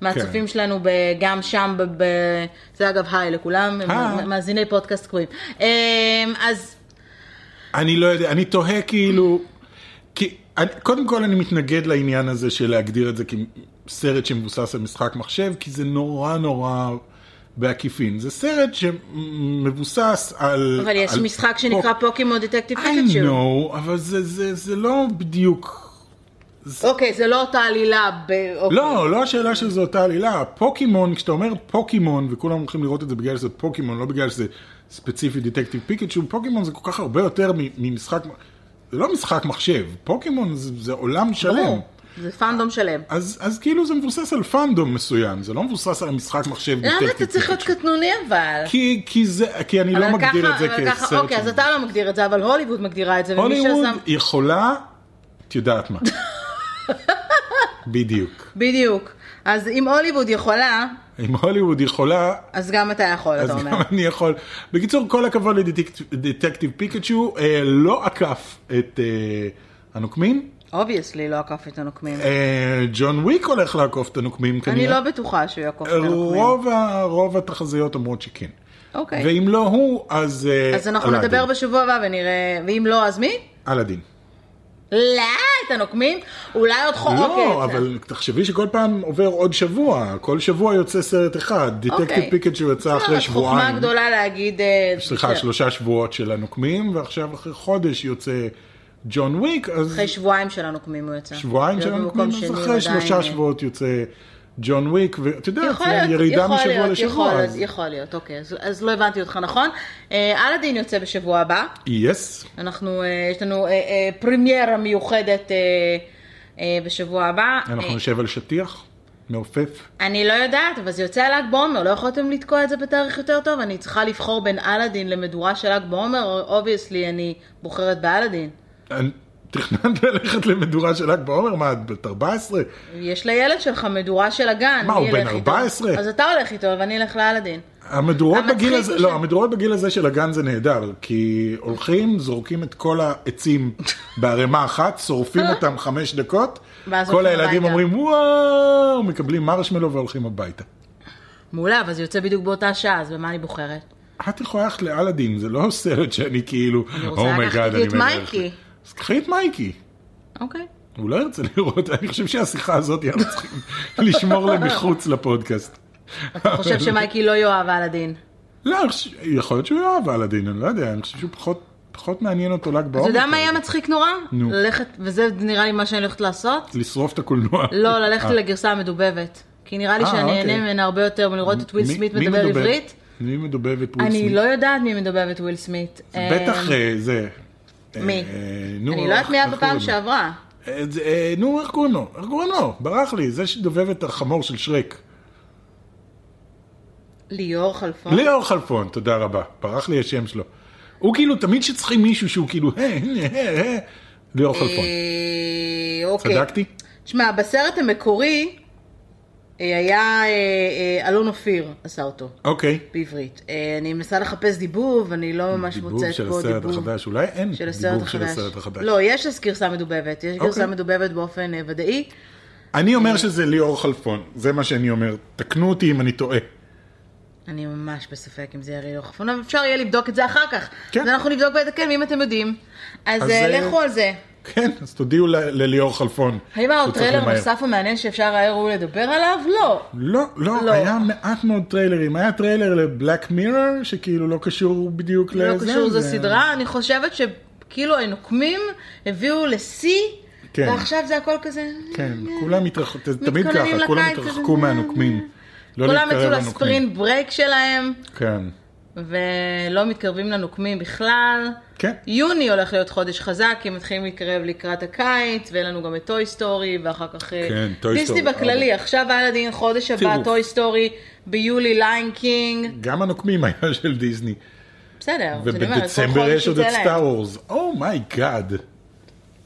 [SPEAKER 1] מהצופים שלנו ב- גם שם, ב- ב- זה אגב היי לכולם, הם
[SPEAKER 2] היי.
[SPEAKER 1] מ- מאזיני פודקאסט קבועים. אמ, אז
[SPEAKER 2] אני לא יודע, אני תוהה כאילו, כי אני, קודם כל אני מתנגד לעניין הזה של להגדיר את זה כסרט שמבוסס על משחק מחשב, כי זה נורא נורא בעקיפין. זה סרט שמבוסס על...
[SPEAKER 1] אבל יש
[SPEAKER 2] על
[SPEAKER 1] משחק שנקרא פוקימון דטקטיב
[SPEAKER 2] I
[SPEAKER 1] פיקצ'ו.
[SPEAKER 2] know, אבל זה, זה, זה לא בדיוק...
[SPEAKER 1] אוקיי, זה לא אותה עלילה. ב- אוקיי.
[SPEAKER 2] לא, לא השאלה שזו אותה עלילה. פוקימון, כשאתה אומר פוקימון, וכולם הולכים לראות את זה בגלל שזה פוקימון, לא בגלל שזה ספציפי דטקטיב פיקצ'ו, פוקימון זה כל כך הרבה יותר מ- ממשחק... זה לא משחק מחשב, פוקימון זה, זה עולם שלם.
[SPEAKER 1] ברור, זה פאנדום שלם.
[SPEAKER 2] אז, אז כאילו זה מבוסס על פאנדום מסוים, זה לא מבוסס על משחק מחשב
[SPEAKER 1] למה אתה
[SPEAKER 2] דטקטיב
[SPEAKER 1] צריך להיות
[SPEAKER 2] פיקצ'ו.
[SPEAKER 1] קטנוני אבל?
[SPEAKER 2] כי, כי, זה, כי אני לא
[SPEAKER 1] אבל
[SPEAKER 2] מגדיר
[SPEAKER 1] ככה-
[SPEAKER 2] את זה
[SPEAKER 1] אבל ככה-
[SPEAKER 2] כסרט.
[SPEAKER 1] אוקיי,
[SPEAKER 2] של-
[SPEAKER 1] אז אתה לא מגדיר את זה, אבל הוליווד מגדירה את זה. ומי
[SPEAKER 2] הוליווד
[SPEAKER 1] שעשה-
[SPEAKER 2] יכולה, את יודעת מה. בדיוק.
[SPEAKER 1] בדיוק. אז אם הוליווד יכולה,
[SPEAKER 2] אם הוליווד יכולה,
[SPEAKER 1] אז גם אתה יכול,
[SPEAKER 2] אז
[SPEAKER 1] אתה אומר.
[SPEAKER 2] גם אני יכול. בקיצור, כל הכבוד לדטקטיב פיקצ'ו, אה, לא עקף את אה, הנוקמים.
[SPEAKER 1] אובייסלי לא עקף את הנוקמים.
[SPEAKER 2] אה, ג'ון וויק הולך לעקוף את הנוקמים
[SPEAKER 1] אני
[SPEAKER 2] כנראה.
[SPEAKER 1] לא בטוחה שהוא יעקוף את
[SPEAKER 2] אה,
[SPEAKER 1] הנוקמים.
[SPEAKER 2] כן, רוב ה- רוב התחזיות אומרות שכן.
[SPEAKER 1] אוקיי.
[SPEAKER 2] ואם לא הוא, אז... אה,
[SPEAKER 1] אז אנחנו
[SPEAKER 2] אלאדין.
[SPEAKER 1] נדבר בשבוע הבא ונראה, ואם לא, אז מי?
[SPEAKER 2] אלאדין.
[SPEAKER 1] לא, את הנוקמים? אולי עוד חוק.
[SPEAKER 2] לא, אבל תחשבי שכל פעם עובר עוד שבוע, כל שבוע יוצא סרט אחד. דטקטיב פיקצ'ו יצא אחרי
[SPEAKER 1] אוקיי. חוכמה
[SPEAKER 2] שבועיים.
[SPEAKER 1] גדולה להגיד... אה,
[SPEAKER 2] סליחה,
[SPEAKER 1] ש-
[SPEAKER 2] שלושה שבועות של הנוקמים, ועכשיו אחרי חודש יוצא ג'ון וויק, אז
[SPEAKER 1] אחרי שבועיים של הנוקמים הוא יצא.
[SPEAKER 2] שבועיים
[SPEAKER 1] זה
[SPEAKER 2] של
[SPEAKER 1] במקום
[SPEAKER 2] הנוקמים, אז
[SPEAKER 1] שני,
[SPEAKER 2] אחרי
[SPEAKER 1] עדיין,
[SPEAKER 2] שלושה
[SPEAKER 1] אה,
[SPEAKER 2] שבועות יוצא ג'ון וויק, ואתה יודע,
[SPEAKER 1] יכול
[SPEAKER 2] זה
[SPEAKER 1] להיות,
[SPEAKER 2] ירידה
[SPEAKER 1] יכול
[SPEAKER 2] משבוע
[SPEAKER 1] להיות, יכול
[SPEAKER 2] לשבוע.
[SPEAKER 1] להיות, יכול להיות, אוקיי, אז- אז לא הבנתי אותך נכון. אה, אלאדין יוצא בשבוע הבא.
[SPEAKER 2] יס,
[SPEAKER 1] אנחנו, אה, יש לנו אה, אה, פרימיירה מיוחדת אה, אה, בשבוע הבא.
[SPEAKER 2] אנחנו נשב על שטיח, מעופף.
[SPEAKER 1] אה, אני לא יודעת, אבל זה יוצא על ל"ג בעומר, לא יכולתם לתקוע את זה בתאריך יותר טוב? אני צריכה לבחור בין אלאדין למדורה של ל"ג בעומר, אובייסלי אני בוחרת באלאדין.
[SPEAKER 2] אני- תכננת ללכת למדורה של ל"ג בעומר? מה, את בת 14?
[SPEAKER 1] יש לילד שלך מדורה של הגן,
[SPEAKER 2] מה,
[SPEAKER 1] מי
[SPEAKER 2] הוא בן
[SPEAKER 1] ילך איתו?
[SPEAKER 2] 14?
[SPEAKER 1] אז אתה הולך איתו ואני אלך לאלאדין.
[SPEAKER 2] המדורות
[SPEAKER 1] המצחיק
[SPEAKER 2] בגיל הזה,
[SPEAKER 1] הוא
[SPEAKER 2] לא,
[SPEAKER 1] ש-
[SPEAKER 2] המדורות בגיל הזה של הגן זה נהדר, כי הולכים, זורקים את כל העצים בערימה אחת, שורפים אותם חמש דקות,
[SPEAKER 1] ואז
[SPEAKER 2] כל
[SPEAKER 1] הולכים
[SPEAKER 2] הילדים
[SPEAKER 1] הביתה.
[SPEAKER 2] אומרים וואו, מקבלים מרשמלו והולכים הביתה.
[SPEAKER 1] מעולה, אבל זה יוצא בדיוק באותה שעה, אז במה אני בוחרת?
[SPEAKER 2] את יכולה ללכת לאלאדין, זה לא סרט שאני כאילו,
[SPEAKER 1] רוצה
[SPEAKER 2] אומייגאד,
[SPEAKER 1] לקחת איתי את
[SPEAKER 2] מלך."
[SPEAKER 1] מייקי.
[SPEAKER 2] אז קחי את מייקי.
[SPEAKER 1] אוקיי.
[SPEAKER 2] הוא לא ירצה לראות, אני חושב שהשיחה הזאת, אנחנו צריכים לשמור למחוץ לפודקאסט.
[SPEAKER 1] אתה
[SPEAKER 2] כן.
[SPEAKER 1] חושב שמייקי לא יאהב אלאדין.
[SPEAKER 2] לא, אני חושב- יכול להיות שהוא יאהב אלאדין, אני לא יודע, אני חושב שהוא פחות, פחות מעניין אותו ל"ג בעומר.
[SPEAKER 1] אתה יודע מה יהיה מצחיק נורא?
[SPEAKER 2] לא נו.
[SPEAKER 1] ללכת, וזה נראה לי מה שאני הולכת לעשות?
[SPEAKER 2] לשרוף את הקולנוע.
[SPEAKER 1] לא, ללכת
[SPEAKER 2] אה,
[SPEAKER 1] לגרסה המדובבת. כי נראה לי
[SPEAKER 2] אה,
[SPEAKER 1] שאני
[SPEAKER 2] אוקיי.
[SPEAKER 1] אהנה ממנה הרבה יותר מלראות את וויל
[SPEAKER 2] מי-
[SPEAKER 1] סמית
[SPEAKER 2] מי
[SPEAKER 1] מדבר
[SPEAKER 2] מדובב?
[SPEAKER 1] עברית.
[SPEAKER 2] מי מדובב את וויל סמית?
[SPEAKER 1] אני לא יודעת מי מדובב את וויל סמית.
[SPEAKER 2] בטח
[SPEAKER 1] אה,
[SPEAKER 2] אה, זה. אה,
[SPEAKER 1] מי?
[SPEAKER 2] אה, נכון. נו,
[SPEAKER 1] אני לא יודעת
[SPEAKER 2] איך-
[SPEAKER 1] מי היה
[SPEAKER 2] איך
[SPEAKER 1] בפעם
[SPEAKER 2] קוראים לו?
[SPEAKER 1] שעברה.
[SPEAKER 2] אה, זה, אה, נו, איך קוראים לו? איך קוראים לו? ברח לי, זה שדובב את החמור של שרק.
[SPEAKER 1] ליאור חלפון.
[SPEAKER 2] ליאור חלפון, תודה רבה. ברח לי השם שלו. הוא כאילו, תמיד שצריכים מישהו שהוא כאילו, "אה, הנה, אה, אה", ליאור חלפון.
[SPEAKER 1] אה, אוקיי.
[SPEAKER 2] צדקתי?
[SPEAKER 1] שמע, בסרט המקורי אה, היה אה, אה, אלון אופיר עשה אותו.
[SPEAKER 2] אוקיי.
[SPEAKER 1] בעברית. אה, אני מנסה לחפש דיבוב, אני לא ממש
[SPEAKER 2] דיבוב
[SPEAKER 1] מוצאת
[SPEAKER 2] של
[SPEAKER 1] פה
[SPEAKER 2] הסרט
[SPEAKER 1] דיבוב.
[SPEAKER 2] החדש, אולי אין
[SPEAKER 1] של הסרט
[SPEAKER 2] דיבוב של
[SPEAKER 1] החדש.
[SPEAKER 2] הסרט החדש.
[SPEAKER 1] לא, יש אז גרסה מדובבת, יש גרסה
[SPEAKER 2] אוקיי.
[SPEAKER 1] מדובבת באופן אה, ודאי.
[SPEAKER 2] אני אומר שזה ליאור חלפון, זה מה שאני אומר. תקנו אותי אם אני טועה.
[SPEAKER 1] אני ממש בספק אם זה יהיה ריח חפון, אבל אפשר יהיה לבדוק את זה אחר כך.
[SPEAKER 2] כן.
[SPEAKER 1] אז אנחנו נבדוק ונתקן, ואם אתם יודעים, אז
[SPEAKER 2] אז,
[SPEAKER 1] אה,
[SPEAKER 2] אה,
[SPEAKER 1] לכו על זה.
[SPEAKER 2] כן, אז תודיעו ל- לליאור חלפון.
[SPEAKER 1] האם היה
[SPEAKER 2] שהוא
[SPEAKER 1] עוד
[SPEAKER 2] צריך
[SPEAKER 1] טריילר
[SPEAKER 2] למהר.
[SPEAKER 1] נוסף ומעניין שאפשר היה ראוי לדבר עליו? לא.
[SPEAKER 2] לא, לא,
[SPEAKER 1] לא.
[SPEAKER 2] היה מעט מאוד טריילרים. היה טריילר לבלק מירור, שכאילו לא קשור בדיוק
[SPEAKER 1] זה
[SPEAKER 2] לזה.
[SPEAKER 1] לא קשור, זו
[SPEAKER 2] זה-
[SPEAKER 1] סדרה, אני חושבת שכאילו הנוקמים הביאו לשיא,
[SPEAKER 2] כן.
[SPEAKER 1] ועכשיו זה הכל כזה... אה,
[SPEAKER 2] כן, כולם התרחקו, תמיד
[SPEAKER 1] מתכוננים
[SPEAKER 2] ככה, כולם
[SPEAKER 1] לקיץ,
[SPEAKER 2] התרחקו
[SPEAKER 1] אז-
[SPEAKER 2] מהנוקמים. לא
[SPEAKER 1] כולם
[SPEAKER 2] להתקרב
[SPEAKER 1] יצאו
[SPEAKER 2] לנוקמים.
[SPEAKER 1] לספרינט ברייק שלהם,
[SPEAKER 2] כן.
[SPEAKER 1] ולא מתקרבים לנוקמים בכלל.
[SPEAKER 2] כן.
[SPEAKER 1] יוני הולך להיות חודש חזק, כי מתחילים להתקרב לקראת הקיץ, ואין לנו גם את טוי סטורי, ואחר כך... אה,
[SPEAKER 2] כן, Toy
[SPEAKER 1] דיסני
[SPEAKER 2] Story,
[SPEAKER 1] בכללי, עכשיו אלאדין, חודש הבא,
[SPEAKER 2] טירוף.
[SPEAKER 1] טוי סטורי, ביולי ליין קינג,
[SPEAKER 2] גם הנוקמים היה של דיסני.
[SPEAKER 1] בסדר. אז אני אומרת, כל
[SPEAKER 2] ובדצמבר
[SPEAKER 1] חודש
[SPEAKER 2] יש עוד
[SPEAKER 1] יצא
[SPEAKER 2] את
[SPEAKER 1] להם. Oh
[SPEAKER 2] סטאר וורס. Oh אומייגאד.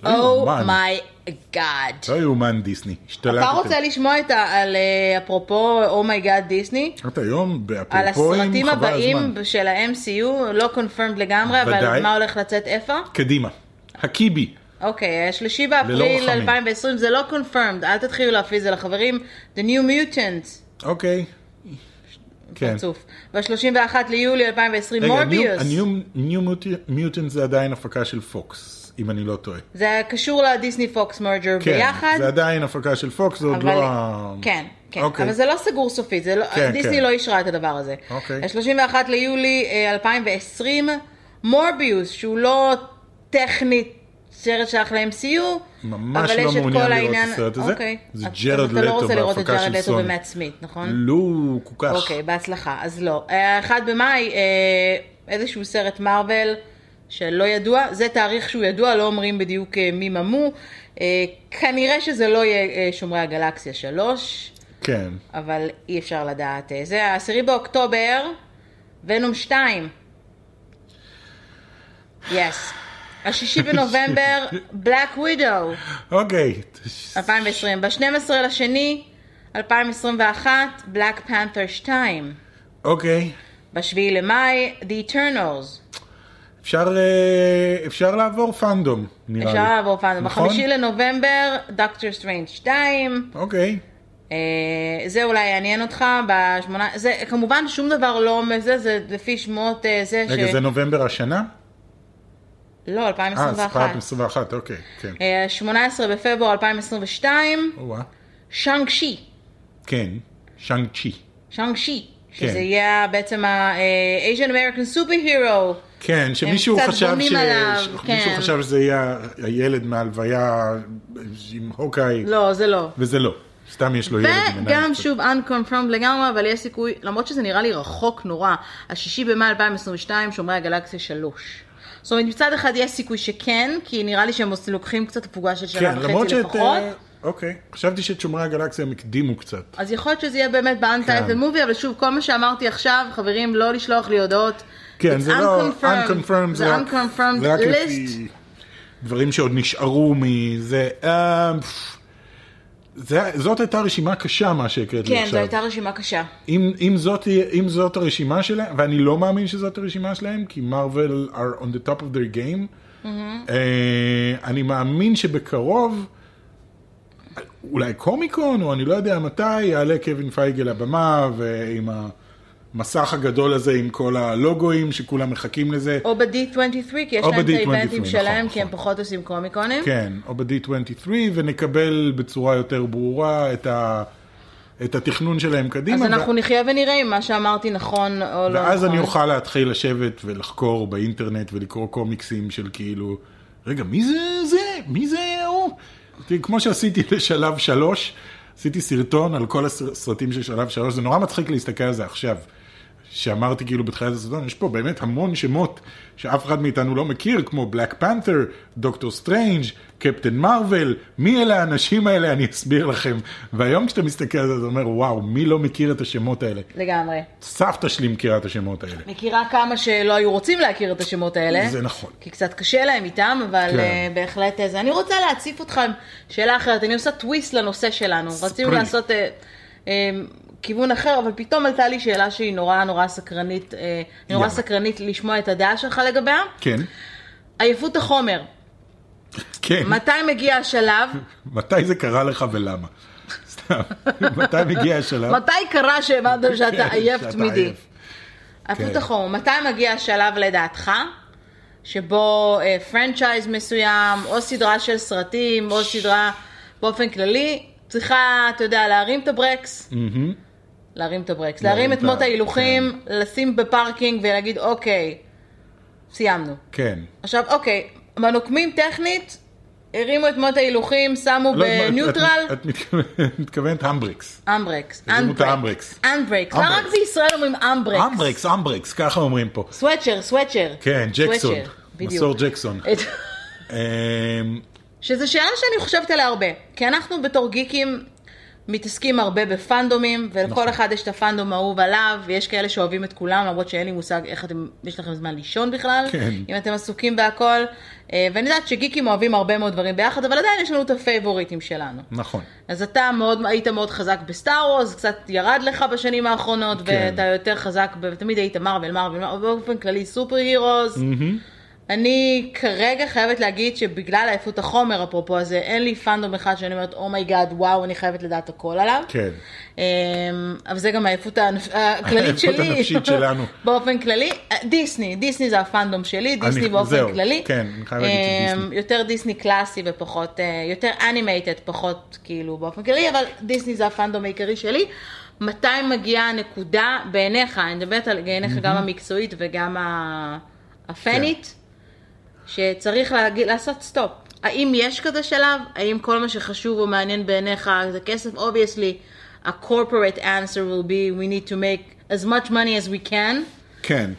[SPEAKER 1] אומייגאד.
[SPEAKER 2] לא יאומן דיסני. השתלטתם.
[SPEAKER 1] אתה רוצה לשמוע את ה... על אה, אפרופו אומייגאד דיסני?
[SPEAKER 2] את היום,
[SPEAKER 1] על
[SPEAKER 2] באפרופואים,
[SPEAKER 1] הסרטים
[SPEAKER 2] חבל
[SPEAKER 1] הבאים
[SPEAKER 2] הזמן.
[SPEAKER 1] של ה-MCU, לא קונפירמד לגמרי, אבל
[SPEAKER 2] ודאי.
[SPEAKER 1] מה הולך לצאת איפה?
[SPEAKER 2] קדימה. הקיבי.
[SPEAKER 1] אוקיי, השלישי
[SPEAKER 2] ללא
[SPEAKER 1] באפריל
[SPEAKER 2] רחמים.
[SPEAKER 1] 2020, זה לא קונפירמד, אל תתחילו להפיץ את זה לחברים. The New Mutants,
[SPEAKER 2] אוקיי. כן.
[SPEAKER 1] פרצוף. ב-31 ליולי 2020,
[SPEAKER 2] רגע,
[SPEAKER 1] מורביוס.
[SPEAKER 2] ניו מיוטנט זה עדיין הפקה של פוקס, אם אני לא טועה.
[SPEAKER 1] זה קשור לדיסני פוקס מרג'ר
[SPEAKER 2] כן,
[SPEAKER 1] ביחד.
[SPEAKER 2] זה עדיין הפקה של פוקס, זה עוד
[SPEAKER 1] אבל-
[SPEAKER 2] לא ה...
[SPEAKER 1] כן, כן,
[SPEAKER 2] אוקיי.
[SPEAKER 1] אבל זה לא סגור סופית, זה לא,
[SPEAKER 2] כן,
[SPEAKER 1] דיסני
[SPEAKER 2] כן.
[SPEAKER 1] לא אישרה את הדבר הזה.
[SPEAKER 2] אוקיי.
[SPEAKER 1] 31 ליולי אה, 2020, מורביוס, שהוא לא טכנית סרט שייך ל-MCU,
[SPEAKER 2] ממש
[SPEAKER 1] אבל
[SPEAKER 2] לא
[SPEAKER 1] יש את
[SPEAKER 2] מעוניין
[SPEAKER 1] כל
[SPEAKER 2] לראות את
[SPEAKER 1] העניין-
[SPEAKER 2] הסרט הזה.
[SPEAKER 1] אוקיי.
[SPEAKER 2] זה
[SPEAKER 1] אז- אז
[SPEAKER 2] ג'רד
[SPEAKER 1] אתה לא
[SPEAKER 2] לטו
[SPEAKER 1] רוצה לראות את
[SPEAKER 2] בהפקה
[SPEAKER 1] ג'רד
[SPEAKER 2] של
[SPEAKER 1] לטו
[SPEAKER 2] סוני.
[SPEAKER 1] ומאט סמית, נכון?
[SPEAKER 2] לא, כל כך.
[SPEAKER 1] אוקיי, בהצלחה. אז לא. אה, 1 במאי, אה, איזשהו סרט מארוול שלא ידוע, זה תאריך שהוא ידוע, לא אומרים בדיוק אה, מי ממו. אה, כנראה שזה לא יהיה אה, שומרי הגלקסיה 3.
[SPEAKER 2] כן.
[SPEAKER 1] אבל אי אפשר לדעת. אה, זה העשירי באוקטובר, ונום 2. יס. השישי בנובמבר, בלק ווידו,
[SPEAKER 2] אוקיי.
[SPEAKER 1] 2020. ב-12 לשני, 2021, בלק פנת'ר 2.
[SPEAKER 2] אוקיי.
[SPEAKER 1] בשביעי למאי, The Eternals.
[SPEAKER 2] אפשר, אה, אפשר לעבור פאנדום, נראה לי.
[SPEAKER 1] אפשר לעבור פעם.
[SPEAKER 2] נכון?
[SPEAKER 1] בחמישי לנובמבר, דוקטור סטרנג' 2.
[SPEAKER 2] אוקיי.
[SPEAKER 1] אה, זה אולי יעניין אותך בשמונה, זה כמובן שום דבר לא מזה, זה לפי שמות אה, זה ש...
[SPEAKER 2] רגע, זה נובמבר השנה?
[SPEAKER 1] לא,
[SPEAKER 2] אה, אז פעם
[SPEAKER 1] 2021.
[SPEAKER 2] 21, אוקיי, כן.
[SPEAKER 1] אה, 18 בפברואר 2022,
[SPEAKER 2] או-אה.
[SPEAKER 1] שאנג שי,
[SPEAKER 2] כן, שאנג צ'י.
[SPEAKER 1] שאנג שי, שזה
[SPEAKER 2] כן.
[SPEAKER 1] יהיה בעצם ה-Asian American Superhero.
[SPEAKER 2] כן, שמישהו
[SPEAKER 1] קצת
[SPEAKER 2] חשב,
[SPEAKER 1] בונים
[SPEAKER 2] ש...
[SPEAKER 1] עליו,
[SPEAKER 2] ש-
[SPEAKER 1] כן.
[SPEAKER 2] מישהו חשב שזה יהיה הילד מההלוויה עם הוקאי,
[SPEAKER 1] לא, זה לא.
[SPEAKER 2] וזה לא. סתם יש לו ילד עם עיניים.
[SPEAKER 1] וגם
[SPEAKER 2] קצת.
[SPEAKER 1] שוב unconfirmed לגמרי, אבל יש סיכוי, למרות שזה נראה לי רחוק נורא, השישי במאי 2022, שומרי הגלקסיה 3. זאת אומרת, מצד אחד יש סיכוי שכן, כי נראה לי שהם עושים- לוקחים קצת הפוגה של שנה
[SPEAKER 2] כן, למרות
[SPEAKER 1] וחצי
[SPEAKER 2] שאת...
[SPEAKER 1] לפחות.
[SPEAKER 2] אה, אוקיי, חשבתי שאת שומרי הגלקסיה הם הקדימו קצת.
[SPEAKER 1] אז יכול להיות שזה יהיה באמת ב-untitled
[SPEAKER 2] כן.
[SPEAKER 1] movie, אבל שוב, כל מה שאמרתי עכשיו, חברים, לא לשלוח לי הודעות.
[SPEAKER 2] כן,
[SPEAKER 1] It's
[SPEAKER 2] זה לא...
[SPEAKER 1] unconfirmed. זה
[SPEAKER 2] רק-
[SPEAKER 1] unconfirmed
[SPEAKER 2] זה רק
[SPEAKER 1] list.
[SPEAKER 2] לפי דברים שעוד נשארו מזה. אה, פפ. זה- זאת הייתה רשימה קשה, מה שהקראת לי
[SPEAKER 1] כן, זו
[SPEAKER 2] עכשיו.
[SPEAKER 1] הייתה רשימה קשה.
[SPEAKER 2] אם, אם, זאת, אם זאת הרשימה שלהם, ואני לא מאמין שזאת הרשימה שלהם, כי מרוויל are on the top of their game, mm-hmm. אני מאמין שבקרוב, אולי קומיקון, או אני לא יודע מתי, יעלה קווין פייגל לבמה, ועם המסך הגדול הזה, עם כל הלוגויים, שכולם מחכים לזה.
[SPEAKER 1] או ב-D23, כי יש
[SPEAKER 2] או
[SPEAKER 1] להם את
[SPEAKER 2] ב-D23,
[SPEAKER 1] האיבנטים
[SPEAKER 2] נכון,
[SPEAKER 1] שלהם, כי
[SPEAKER 2] נכון.
[SPEAKER 1] הם פחות עושים קומיקונים.
[SPEAKER 2] כן, או ב-D23, ונקבל בצורה יותר ברורה את, ה, את התכנון שלהם קדימה.
[SPEAKER 1] אז
[SPEAKER 2] ו-
[SPEAKER 1] אנחנו נחיה ונראה אם מה שאמרתי נכון או לא נכון.
[SPEAKER 2] ואז אני אוכל להתחיל לשבת ולחקור באינטרנט ולקרוא קומיקסים של כאילו, רגע, מי זה זה? מי זה הוא? תראי, כמו שעשיתי לשלב שלוש, עשיתי סרטון על כל הסרטים של שלב שלוש, זה נורא מצחיק להסתכל על זה עכשיו. שאמרתי כאילו בתחילת הסרטון, יש פה באמת המון שמות שאף אחד מאיתנו לא מכיר, כמו בלק פנת'ר, דוקטור סטרנג', קפטן מרוויל, מי אלה האנשים האלה, אני אסביר לכם. והיום כשאתה מסתכל על זה, אתה אומר, וואו, מי לא מכיר את השמות האלה?
[SPEAKER 1] לגמרי.
[SPEAKER 2] סבתא שלי מכירה את השמות האלה.
[SPEAKER 1] מכירה כמה שלא היו רוצים להכיר את השמות האלה.
[SPEAKER 2] זה נכון.
[SPEAKER 1] כי קצת קשה להם איתם, אבל
[SPEAKER 2] כן.
[SPEAKER 1] כן. בהחלט אה, זה. אני רוצה להציף אותך עם שאלה אחרת, אני עושה טוויסט לנושא שלנו.
[SPEAKER 2] ספרי.
[SPEAKER 1] רצינו לעשות אה, אה, כיוון אחר, אבל פתאום עלתה לי שאלה שהיא נורא נורא סקרנית, אה, אני נורא
[SPEAKER 2] יאללה.
[SPEAKER 1] סקרנית לשמוע את הדעה שלך לגביה.
[SPEAKER 2] כן.
[SPEAKER 1] עייפות החומר.
[SPEAKER 2] כן.
[SPEAKER 1] מתי מגיע השלב?
[SPEAKER 2] מתי זה קרה לך ולמה? סתם, מתי מגיע השלב?
[SPEAKER 1] מתי קרה שהבנת שאתה
[SPEAKER 2] כן,
[SPEAKER 1] עייף
[SPEAKER 2] שאתה
[SPEAKER 1] תמידי?
[SPEAKER 2] עייף.
[SPEAKER 1] הפוט
[SPEAKER 2] כן.
[SPEAKER 1] החום, מתי מגיע השלב לדעתך? שבו אה, פרנצ'ייז מסוים, או סדרה של סרטים, או סדרה באופן כללי, צריכה, אתה יודע, להרים את הברקס,
[SPEAKER 2] מהמם.
[SPEAKER 1] להרים את הברקס,
[SPEAKER 2] להרים
[SPEAKER 1] להרים את
[SPEAKER 2] את ה- כן.
[SPEAKER 1] מות ההילוכים, לשים בפארקינג ולהגיד, אוקיי, סיימנו.
[SPEAKER 2] כן.
[SPEAKER 1] עכשיו, אוקיי, מנוקמים טכנית, הרימו את מות ההילוכים, שמו
[SPEAKER 2] לא, את-
[SPEAKER 1] בניוטרל,
[SPEAKER 2] את- את מתכוונת- מתכוונת המבריקס.
[SPEAKER 1] אמברקס.
[SPEAKER 2] הרימו את האמברקס.
[SPEAKER 1] אמברקס. לא רק
[SPEAKER 2] אמברקס.
[SPEAKER 1] בישראל אומרים אמברקס.
[SPEAKER 2] המבריקס, המבריקס, ככה אומרים פה.
[SPEAKER 1] סוואצ'ר, סוואצ'ר.
[SPEAKER 2] כן, ג'קסון.
[SPEAKER 1] סוואצ'ר, בדיוק.
[SPEAKER 2] מסור ג'קסון.
[SPEAKER 1] את-
[SPEAKER 2] אמ,
[SPEAKER 1] שזו שאלה שאני חושבת עליה הרבה, כי אנחנו בתור גיקים מתעסקים הרבה בפאנדומים, ולכל
[SPEAKER 2] נכון.
[SPEAKER 1] אחד יש את הפאנדום האהוב עליו, ויש כאלה שאוהבים את כולם, למרות שאין לי מושג איך אתם, יש לכם זמן לישון בכלל,
[SPEAKER 2] כן.
[SPEAKER 1] אם אתם עסוקים בהכל, אה, ואני יודעת שגיקים אוהבים הרבה מאוד דברים ביחד, אבל עדיין יש לנו את הפייבוריטים שלנו.
[SPEAKER 2] נכון.
[SPEAKER 1] אז אתה מאוד, היית מאוד חזק בסטאר וורס, קצת ירד לך בשנים האחרונות,
[SPEAKER 2] כן.
[SPEAKER 1] ואתה יותר חזק, ב- תמיד היית מרוויל, מרוויל, מרוויל, באופן כללי סופר הירוס. אני כרגע חייבת להגיד שבגלל עייפות החומר, אפרופו הזה, אין לי פאנדום אחד שאני אומרת, אומייגאד, וואו, אני חייבת לדעת הכל עליו.
[SPEAKER 2] כן.
[SPEAKER 1] אמ, אבל זה גם העייפות הנפ- אה, הכללית שלי.
[SPEAKER 2] העייפות הנפשית שלנו.
[SPEAKER 1] באופן כללי, דיסני, דיסני זה הפאנדום שלי, דיסני
[SPEAKER 2] אני-
[SPEAKER 1] באופן
[SPEAKER 2] זהו,
[SPEAKER 1] כללי.
[SPEAKER 2] כן, אני חייב להגיד
[SPEAKER 1] אמ,
[SPEAKER 2] שדיסני.
[SPEAKER 1] יותר דיסני קלאסי ופחות, אה, יותר אנימייטד, פחות כאילו באופן כללי, אבל דיסני זה הפאנדום העיקרי שלי. מתי מגיעה הנקודה בעיניך, אני מדברת על בעיניך גם המקצועית וגם ה- הפנית, שצריך להגיד, לעשות סטופ. האם יש כזה שלב? האם כל מה שחשוב ומעניין בעיניך זה כסף? Obviously, a corporate answer will be we need to make as much money as we can.
[SPEAKER 2] כן.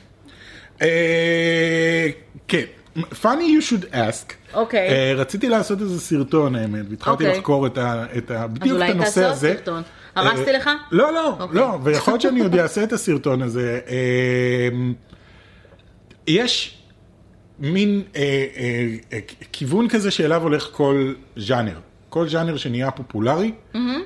[SPEAKER 2] אה, כן. Funny you should ask.
[SPEAKER 1] אוקיי.
[SPEAKER 2] אה, רציתי לעשות איזה סרטון האמת, והתחלתי
[SPEAKER 1] אוקיי.
[SPEAKER 2] לחקור את ה... את ה- בדיוק את
[SPEAKER 1] אולי
[SPEAKER 2] הנושא
[SPEAKER 1] תעשה
[SPEAKER 2] הזה.
[SPEAKER 1] סרטון. הרסתי
[SPEAKER 2] אה,
[SPEAKER 1] לך?
[SPEAKER 2] לא, לא,
[SPEAKER 1] אוקיי.
[SPEAKER 2] לא, ויכול להיות שאני עוד אעשה את הסרטון הזה. אה, יש מין אה, אה, אה, כיוון כזה שאליו הולך כל ז'אנר. כל ז'אנר שנהיה פופולרי, אה,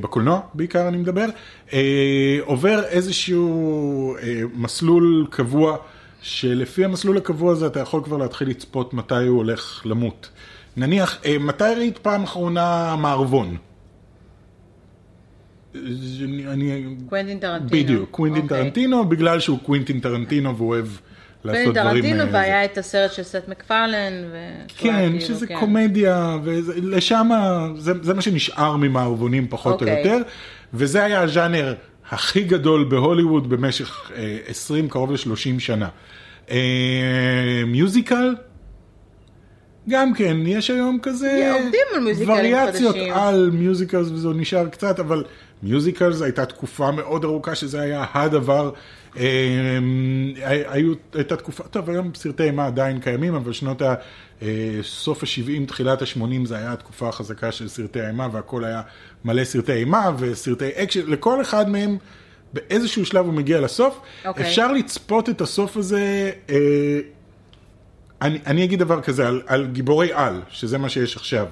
[SPEAKER 2] בקולנוע בעיקר אני מדבר, אה, עובר איזשהו אה, מסלול קבוע, שלפי המסלול הקבוע הזה אתה יכול כבר להתחיל לצפות מתי הוא הולך למות. נניח, אה, מתי ראית פעם אחרונה מערבון? אה, אני- אני
[SPEAKER 1] קוונטין טרנטינו.
[SPEAKER 2] בדיוק, קווינטין
[SPEAKER 1] אוקיי.
[SPEAKER 2] טרנטינו, בגלל שהוא קווינטין טרנטינו והוא אוהב לעשות
[SPEAKER 1] קווינטין
[SPEAKER 2] דברים...
[SPEAKER 1] טרנטינו
[SPEAKER 2] אה, זה.
[SPEAKER 1] והיה את הסרט של סט מקפרלן. ו-
[SPEAKER 2] כן,
[SPEAKER 1] כאילו,
[SPEAKER 2] שזה
[SPEAKER 1] כן.
[SPEAKER 2] קומדיה, ולשם, זה, זה מה שנשאר ממערבונים פחות או
[SPEAKER 1] אוקיי.
[SPEAKER 2] יותר, וזה היה הז'אנר הכי גדול בהוליווד במשך אה, 20, קרוב ל-30 שנה. אה, מיוזיקל? גם כן, יש היום כזה...
[SPEAKER 1] כן, עובדים על מיוזיקלים
[SPEAKER 2] וריאציות
[SPEAKER 1] חדשים.
[SPEAKER 2] על מיוזיקלס וזה עוד נשאר קצת, אבל מיוזיקלס הייתה תקופה מאוד ארוכה שזה היה הדבר. אה, היו, הייתה תקופה, טוב היום סרטי אימה עדיין קיימים, אבל שנות ה... אה, סוף ה-70, תחילת ה-80 זה היה התקופה החזקה של סרטי אימה והכל היה מלא סרטי אימה וסרטי אקשן, לכל אחד מהם באיזשהו שלב הוא מגיע לסוף.
[SPEAKER 1] אוקיי.
[SPEAKER 2] אפשר לצפות את הסוף הזה אה, אני, אני אגיד דבר כזה על, על גיבורי על, שזה מה שיש עכשיו.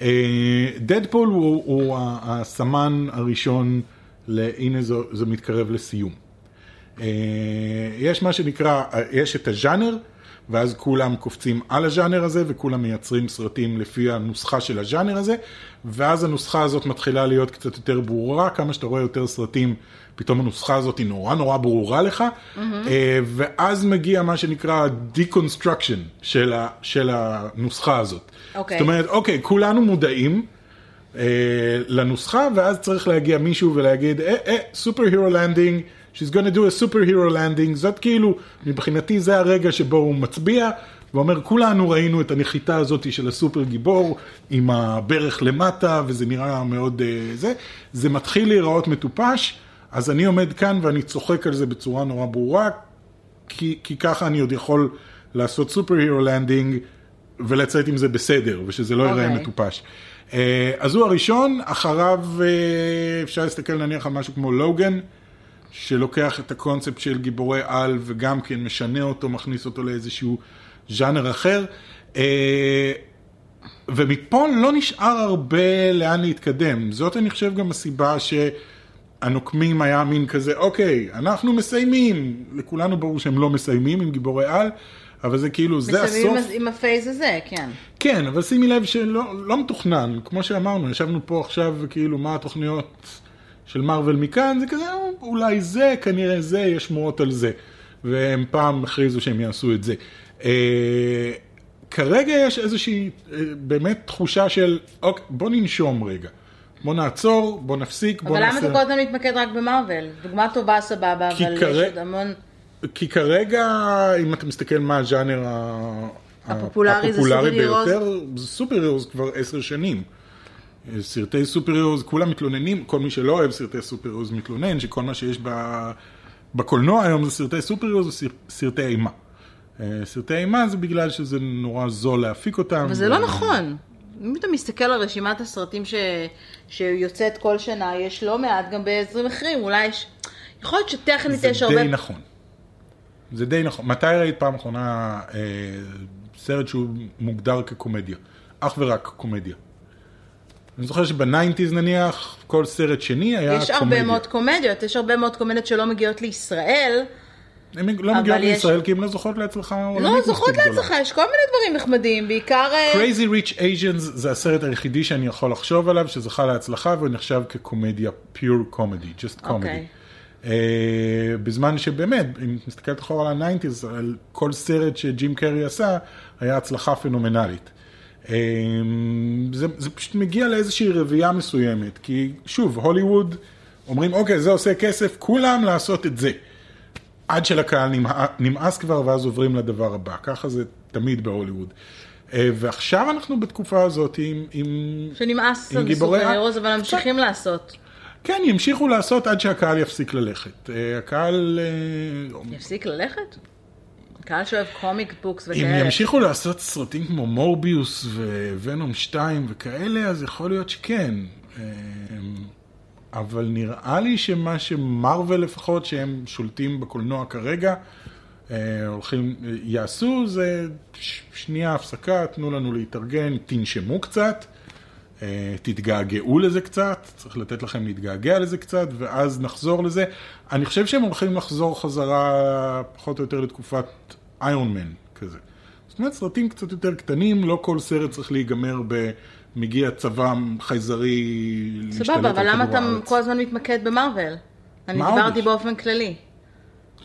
[SPEAKER 2] אה, דדפול הוא, הוא ה- הסמן הראשון, ל- הנה זו, זה מתקרב לסיום. אה, יש מה שנקרא, אה, יש את הז'אנר, ואז כולם קופצים על הז'אנר הזה, וכולם מייצרים סרטים לפי הנוסחה של הז'אנר הזה, ואז הנוסחה הזאת מתחילה להיות קצת יותר ברורה, כמה שאתה רואה יותר סרטים, פתאום הנוסחה הזאת היא נורא נורא ברורה לך, mm-hmm. ואז מגיע מה שנקרא deconstruction של, ה, של הנוסחה הזאת.
[SPEAKER 1] אוקיי.
[SPEAKER 2] זאת אומרת, אוקיי, כולנו מודעים. אה, לנוסחה, ואז צריך להגיע מישהו ולהגיד, אה, אה, סופר הירו לנדינג, she's gonna do a super hero landing, זאת כאילו, מבחינתי זה הרגע שבו הוא מצביע, ואומר, כולנו ראינו את הנחיתה הזאת של הסופר גיבור, עם הברך למטה, וזה נראה מאוד אה, זה, זה מתחיל להיראות מטופש, אז אני עומד כאן ואני צוחק על זה בצורה נורא ברורה, כי, כי ככה אני עוד יכול לעשות סופר הירו לנדינג ולצאת עם זה בסדר, ושזה לא ייראה
[SPEAKER 1] אוקיי.
[SPEAKER 2] מטופש. אה, אז הוא הראשון, אחריו אה, אפשר להסתכל נניח על משהו כמו לוגן, שלוקח את הקונספט של גיבורי על וגם כן משנה אותו, מכניס אותו לאיזשהו ז'אנר אחר. אה, ומפה לא נשאר הרבה לאן להתקדם. זאת, אני חושב, גם הסיבה שהנוקמים היה מין כזה, אוקיי, אנחנו מסיימים. לכולנו ברור שהם לא מסיימים עם גיבורי על, אבל זה כאילו, זה
[SPEAKER 1] מסיימים
[SPEAKER 2] הסוף.
[SPEAKER 1] עם- עם הפייס הזה, כן.
[SPEAKER 2] כן, אבל שימי לב שלא לא מתוכנן, כמו שאמרנו, ישבנו פה עכשיו, כאילו, מה התוכניות של מארוול מכאן, זה כזה, "או, אולי זה, כנראה זה, יש שמועות על זה. והם פעם הכריזו שהם יעשו את זה. אה, כרגע יש איזושהי, אה, באמת, תחושה של, אוקיי, בוא ננשום רגע. בוא נעצור, בוא נפסיק, בוא
[SPEAKER 1] אבל
[SPEAKER 2] נעשה...
[SPEAKER 1] למה אתה כל הזמן מתמקד רק במרוויל? דוגמה טובה, סבבה,
[SPEAKER 2] כי
[SPEAKER 1] אבל יש
[SPEAKER 2] כרי-
[SPEAKER 1] עוד המון...
[SPEAKER 2] כי כרגע, אם אתה מסתכל מה הז'אנר ה-
[SPEAKER 1] הפופולרי זה
[SPEAKER 2] הפופולרי
[SPEAKER 1] סופר-הירוס.
[SPEAKER 2] ביותר, זה סופר הירוס כבר עשר שנים. סרטי סופר הירוס, כולם מתלוננים, כל מי שלא אוהב סרטי סופר הירוס מתלונן, שכל מה שיש ב... בקולנוע היום זה סרטי סופר הירוס וסרטי סרטי אימה. אה, סרטי אימה זה בגלל שזה נורא זול להפיק אותם.
[SPEAKER 1] אבל זה לא
[SPEAKER 2] ו-
[SPEAKER 1] נכון. אם אתה מסתכל על רשימת הסרטים ש... שיוצאת כל שנה, יש לא מעט גם בעזרים אחרים, אולי יש... יכול להיות שטכנית
[SPEAKER 2] זה
[SPEAKER 1] יש הרבה...
[SPEAKER 2] די נכון. זה די נכון. מתי ראית פעם אחרונה אה, סרט שהוא מוגדר כקומדיה? אך ורק קומדיה. אני זוכר שבניינטיז נניח, כל סרט שני היה
[SPEAKER 1] יש הרבה
[SPEAKER 2] קומדיה.
[SPEAKER 1] מאוד קומדיות, יש הרבה מאוד קומדיות שלא מגיעות לישראל,
[SPEAKER 2] הן לא
[SPEAKER 1] אבל
[SPEAKER 2] מגיעות
[SPEAKER 1] יש-
[SPEAKER 2] לישראל כי הן לא זוכות להצלחה עולמית
[SPEAKER 1] לא
[SPEAKER 2] מספיק
[SPEAKER 1] זוכות
[SPEAKER 2] גדולה.
[SPEAKER 1] להצלחה, יש כל מיני דברים נחמדים, בעיקר... אה,
[SPEAKER 2] Crazy Rich Asians זה הסרט היחידי שאני יכול לחשוב עליו שזכה להצלחה והוא נחשב כקומדיה, pure comedy, just comedy.
[SPEAKER 1] אוקיי.
[SPEAKER 2] Okay. Uh, בזמן שבאמת, אם את מסתכלת אחורה על ה-90's, על כל סרט שג'ים קרי עשה, היה הצלחה פנומנלית. Uh, זה, זה פשוט מגיע לאיזושהי רביעייה מסוימת, כי שוב, הוליווד אומרים, אוקיי, זה עושה כסף, כולם לעשות את זה. עד שלקהל נמע- נמאס כבר, ואז עוברים לדבר הבא. ככה זה תמיד בהוליווד. אה, ועכשיו אנחנו בתקופה הזאת עם... עם...
[SPEAKER 1] שנמאס
[SPEAKER 2] עם
[SPEAKER 1] על
[SPEAKER 2] גיבורי
[SPEAKER 1] סופר
[SPEAKER 2] על.
[SPEAKER 1] הירוז, אבל ממשיכים לעשות.
[SPEAKER 2] כן, ימשיכו לעשות עד שהקהל יפסיק ללכת. אה, הקהל... אה,
[SPEAKER 1] יפסיק ללכת? קהל שאוהב קומיק בוקס
[SPEAKER 2] אם
[SPEAKER 1] וכאלה.
[SPEAKER 2] ימשיכו לעשות סרטים כמו מורביוס וונום 2 וכאלה, אז יכול להיות שכן. אה, אבל נראה לי שמה שמרוול לפחות, שהם שולטים בקולנוע כרגע, אה, הולכים, אה, יעשו, זה ש- שנייה הפסקה, תנו לנו להתארגן, תנשמו קצת, אה, תתגעגעו לזה קצת, צריך לתת לכם להתגעגע לזה קצת, ואז נחזור לזה. אני חושב שהם הולכים לחזור חזרה, פחות או יותר, לתקופת איירון מן כזה. זאת אומרת, סרטים קצת יותר קטנים, לא כל סרט צריך להיגמר ב... מגיע צבא חייזרי להשתלט על
[SPEAKER 1] סבבה,
[SPEAKER 2] כדור
[SPEAKER 1] אבל למה אתה
[SPEAKER 2] הארץ.
[SPEAKER 1] כל הזמן מתמקד במרוויל? אני
[SPEAKER 2] מה עוד
[SPEAKER 1] דיברתי
[SPEAKER 2] יש?
[SPEAKER 1] באופן כללי.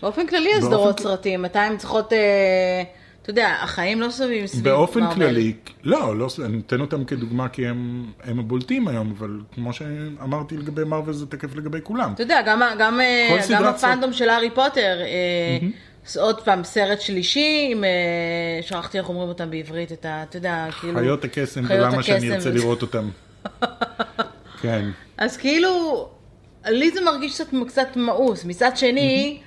[SPEAKER 1] באופן כללי
[SPEAKER 2] באופן
[SPEAKER 1] הסדרות
[SPEAKER 2] כל-
[SPEAKER 1] סרטים, מתי הן צריכות... אה, אתה יודע, החיים לא סביבים סביב מרוויל.
[SPEAKER 2] באופן כללי, לא, לא, אני נותן אותם כדוגמה כי הם, הם הבולטים היום, אבל כמו שאמרתי לגבי מרוויל זה תקף לגבי כולם.
[SPEAKER 1] אתה יודע, גם, ה- גם, אה,
[SPEAKER 2] כל
[SPEAKER 1] גם
[SPEAKER 2] סדרת
[SPEAKER 1] הפאנדום של הארי פוטר, אה, עוד פעם, סרט שלישי, עם, אה, שכחתי איך אומרים אותם בעברית, את ה... אתה יודע, כאילו...
[SPEAKER 2] חיות הקסם
[SPEAKER 1] חיות
[SPEAKER 2] ולמה שאני
[SPEAKER 1] הקסם.
[SPEAKER 2] ארצה לראות אותם. כן.
[SPEAKER 1] אז כאילו, לי זה מרגיש קצת, קצת מאוס. מצד שני,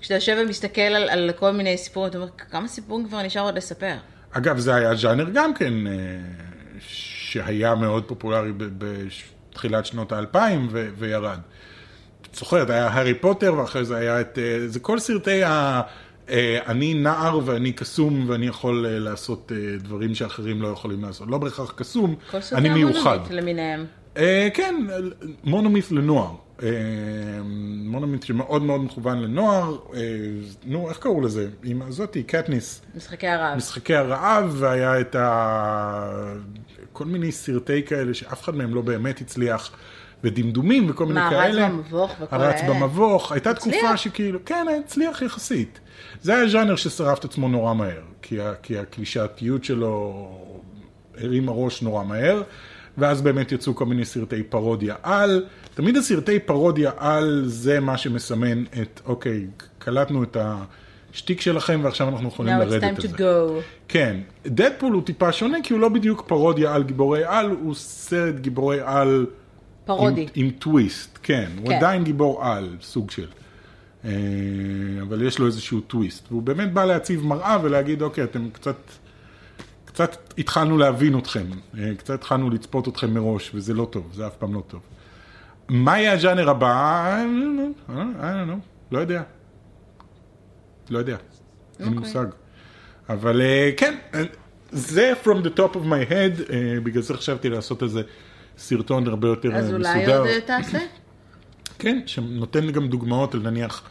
[SPEAKER 1] כשאתה יושב ומסתכל על, על כל מיני סיפורים, אתה אומר, כמה סיפורים כבר נשאר עוד לספר?
[SPEAKER 2] אגב, זה היה ז'אנר גם כן, אה, שהיה מאוד פופולרי ב- בתחילת שנות האלפיים ו- וירד. את זוכרת, היה הארי פוטר, ואחרי זה היה את... אה, זה כל סרטי ה... אה, אני נער ואני קסום ואני יכול אה, לעשות אה, דברים שאחרים לא יכולים לעשות. לא בהכרח קסום,
[SPEAKER 1] כל סרטי
[SPEAKER 2] אני
[SPEAKER 1] המונומית
[SPEAKER 2] מיוחד.
[SPEAKER 1] למיניהם.
[SPEAKER 2] אה, כן, מונומית לנוער. אה, מונומית שמאוד מאוד מכוון לנוער. אה, נו, איך קראו לזה? עם הזאתי, קטניס.
[SPEAKER 1] משחקי הרעב.
[SPEAKER 2] משחקי הרעב, והיה את ה... כל מיני סרטי כאלה שאף אחד מהם לא באמת הצליח, ודמדומים וכל מיני
[SPEAKER 1] מה, הרץ
[SPEAKER 2] כאלה.
[SPEAKER 1] במבוך וכל
[SPEAKER 2] הרץ
[SPEAKER 1] האלה?
[SPEAKER 2] במבוך, הייתה
[SPEAKER 1] הצליח.
[SPEAKER 2] תקופה שכאילו, כן, הצליח יחסית. זה היה ז'אנר ששרף את עצמו נורא מהר, כי, ה- כי הקלישאתיות שלו הרימה ראש נורא מהר. ואז באמת יצאו כל מיני סרטי פרודיה על, תמיד הסרטי פרודיה על זה מה שמסמן את, אוקיי, קלטנו את השטיק שלכם ועכשיו אנחנו יכולים
[SPEAKER 1] Now it's
[SPEAKER 2] לרדת
[SPEAKER 1] time
[SPEAKER 2] על
[SPEAKER 1] to
[SPEAKER 2] זה.
[SPEAKER 1] go.
[SPEAKER 2] כן, דדפול הוא טיפה שונה כי הוא לא בדיוק פרודיה על גיבורי על, הוא סרט גיבורי על
[SPEAKER 1] פרודי.
[SPEAKER 2] עם, עם טוויסט, כן, הוא
[SPEAKER 1] כן.
[SPEAKER 2] עדיין גיבור על, סוג של. אה, אבל יש לו איזשהו טוויסט, והוא באמת בא להציב מראה ולהגיד, אוקיי, אתם קצת, קצת התחלנו להבין אתכם, אה, קצת התחלנו לצפות אתכם מראש, וזה לא טוב, זה אף פעם לא טוב. מה יהיה הז'אנר הבא? אה, I don't know, I don't know, לא יודע. לא יודע, אין לי
[SPEAKER 1] אוקיי.
[SPEAKER 2] מושג. אבל אה, כן, אה, זה from the top of my head, אה, בגלל זה חשבתי לעשות איזה סרטון הרבה יותר אה,
[SPEAKER 1] אז
[SPEAKER 2] מסודר.
[SPEAKER 1] אולי עוד אה, תעשה?
[SPEAKER 2] כן, שנותן גם דוגמאות על נניח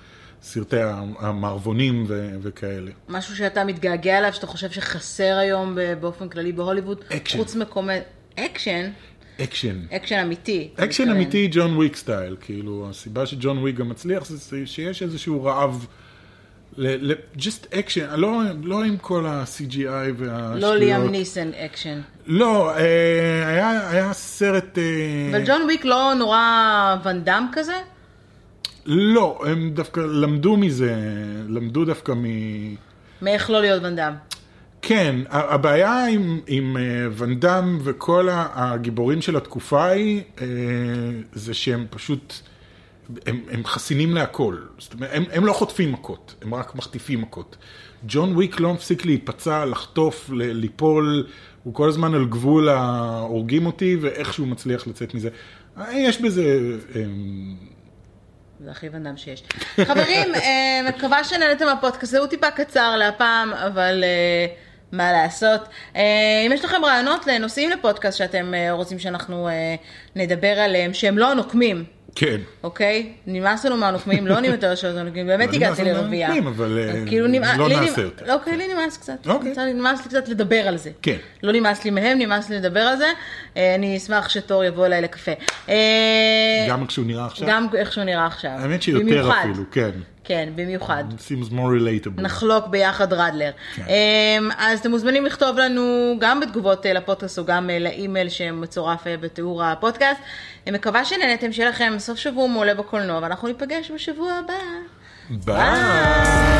[SPEAKER 2] סרטי המערבונים ו- וכאלה.
[SPEAKER 1] משהו שאתה מתגעגע אליו, שאתה חושב שחסר היום ב- באופן כללי בהוליווד?
[SPEAKER 2] אקשן.
[SPEAKER 1] חוץ מקומד... אקשן?
[SPEAKER 2] אקשן.
[SPEAKER 1] אקשן אמיתי. אתה
[SPEAKER 2] אקשן
[SPEAKER 1] מתכוון.
[SPEAKER 2] אמיתי ג'ון וויק סטייל, כאילו הסיבה שג'ון וויק גם מצליח זה שיש איזשהו רעב. ל- ל- just action, לא, לא עם כל ה-CGI והשטויות.
[SPEAKER 1] לא ליאם ניסן אקשן.
[SPEAKER 2] לא, אה, היה, היה סרט... אה,
[SPEAKER 1] אבל ג'ון וויק לא נורא ואנדאם כזה?
[SPEAKER 2] לא, הם דווקא למדו מזה, למדו דווקא מ...
[SPEAKER 1] מאיך לא להיות ואנדאם.
[SPEAKER 2] כן, ה- הבעיה עם, עם אה, ואן דאם וכל ה- הגיבורים של התקופה ההיא, אה, זה שהם פשוט, הם, הם חסינים להכל. זאת אומרת, הם, הם לא חוטפים מכות, הם רק מחטיפים מכות. ג'ון וויק לא מפסיק להיפצע, לחטוף, ל- ליפול, הוא כל הזמן על גבול ההורגים אותי, ואיך שהוא מצליח לצאת מזה. אה, יש בזה... אה,
[SPEAKER 1] זה הכי ואנדאם שיש. חברים, אה, מקווה שנהנתם מהפודקאסט, זה הוא טיפה קצר להפעם, אבל אה, מה לעשות. אה, אם יש לכם רעיונות לנושאים לפודקאסט שאתם אה, רוצים שאנחנו אה, נדבר עליהם, שהם לא הנוקמים,
[SPEAKER 2] כן.
[SPEAKER 1] אוקיי? נמאס לנו מהנוקמים, לא עונים יותר של הנוקמים, באמת
[SPEAKER 2] לא נמאס
[SPEAKER 1] הגעתי
[SPEAKER 2] לנו
[SPEAKER 1] לרבייה.
[SPEAKER 2] מהנוקמים, אבל, אה,
[SPEAKER 1] כאילו נמאס-
[SPEAKER 2] לא
[SPEAKER 1] לי
[SPEAKER 2] נעשה
[SPEAKER 1] נמ-
[SPEAKER 2] יותר.
[SPEAKER 1] אוקיי, לי נמאס קצת.
[SPEAKER 2] אוקיי.
[SPEAKER 1] נמצא לי- נמאס לי קצת לדבר על זה.
[SPEAKER 2] כן.
[SPEAKER 1] לא נמאס לי מהם, נמאס לי לדבר על זה. אה, אני אשמח שתור יבוא אליי לקפה. אה,
[SPEAKER 2] גם איך שהוא נראה עכשיו?
[SPEAKER 1] גם איך שהוא נראה עכשיו.
[SPEAKER 2] האמת שיותר
[SPEAKER 1] במיוחד. נכון.
[SPEAKER 2] אפילו, כן.
[SPEAKER 1] כן, במיוחד.
[SPEAKER 2] It seems more relatable.
[SPEAKER 1] נחלוק ביחד רדלר.
[SPEAKER 2] כן.
[SPEAKER 1] אמ, אז אתם מוזמנים לכתוב לנו גם בתגובות אה, לפודקאסט או גם אה, לאימייל שמצורף אה, בתיאור הפודקאסט. אני מקווה שנהנתם, שיהיה לכם סוף שבוע מעולה בקולנוע, ואנחנו ניפגש בשבוע הבא.
[SPEAKER 2] ביי.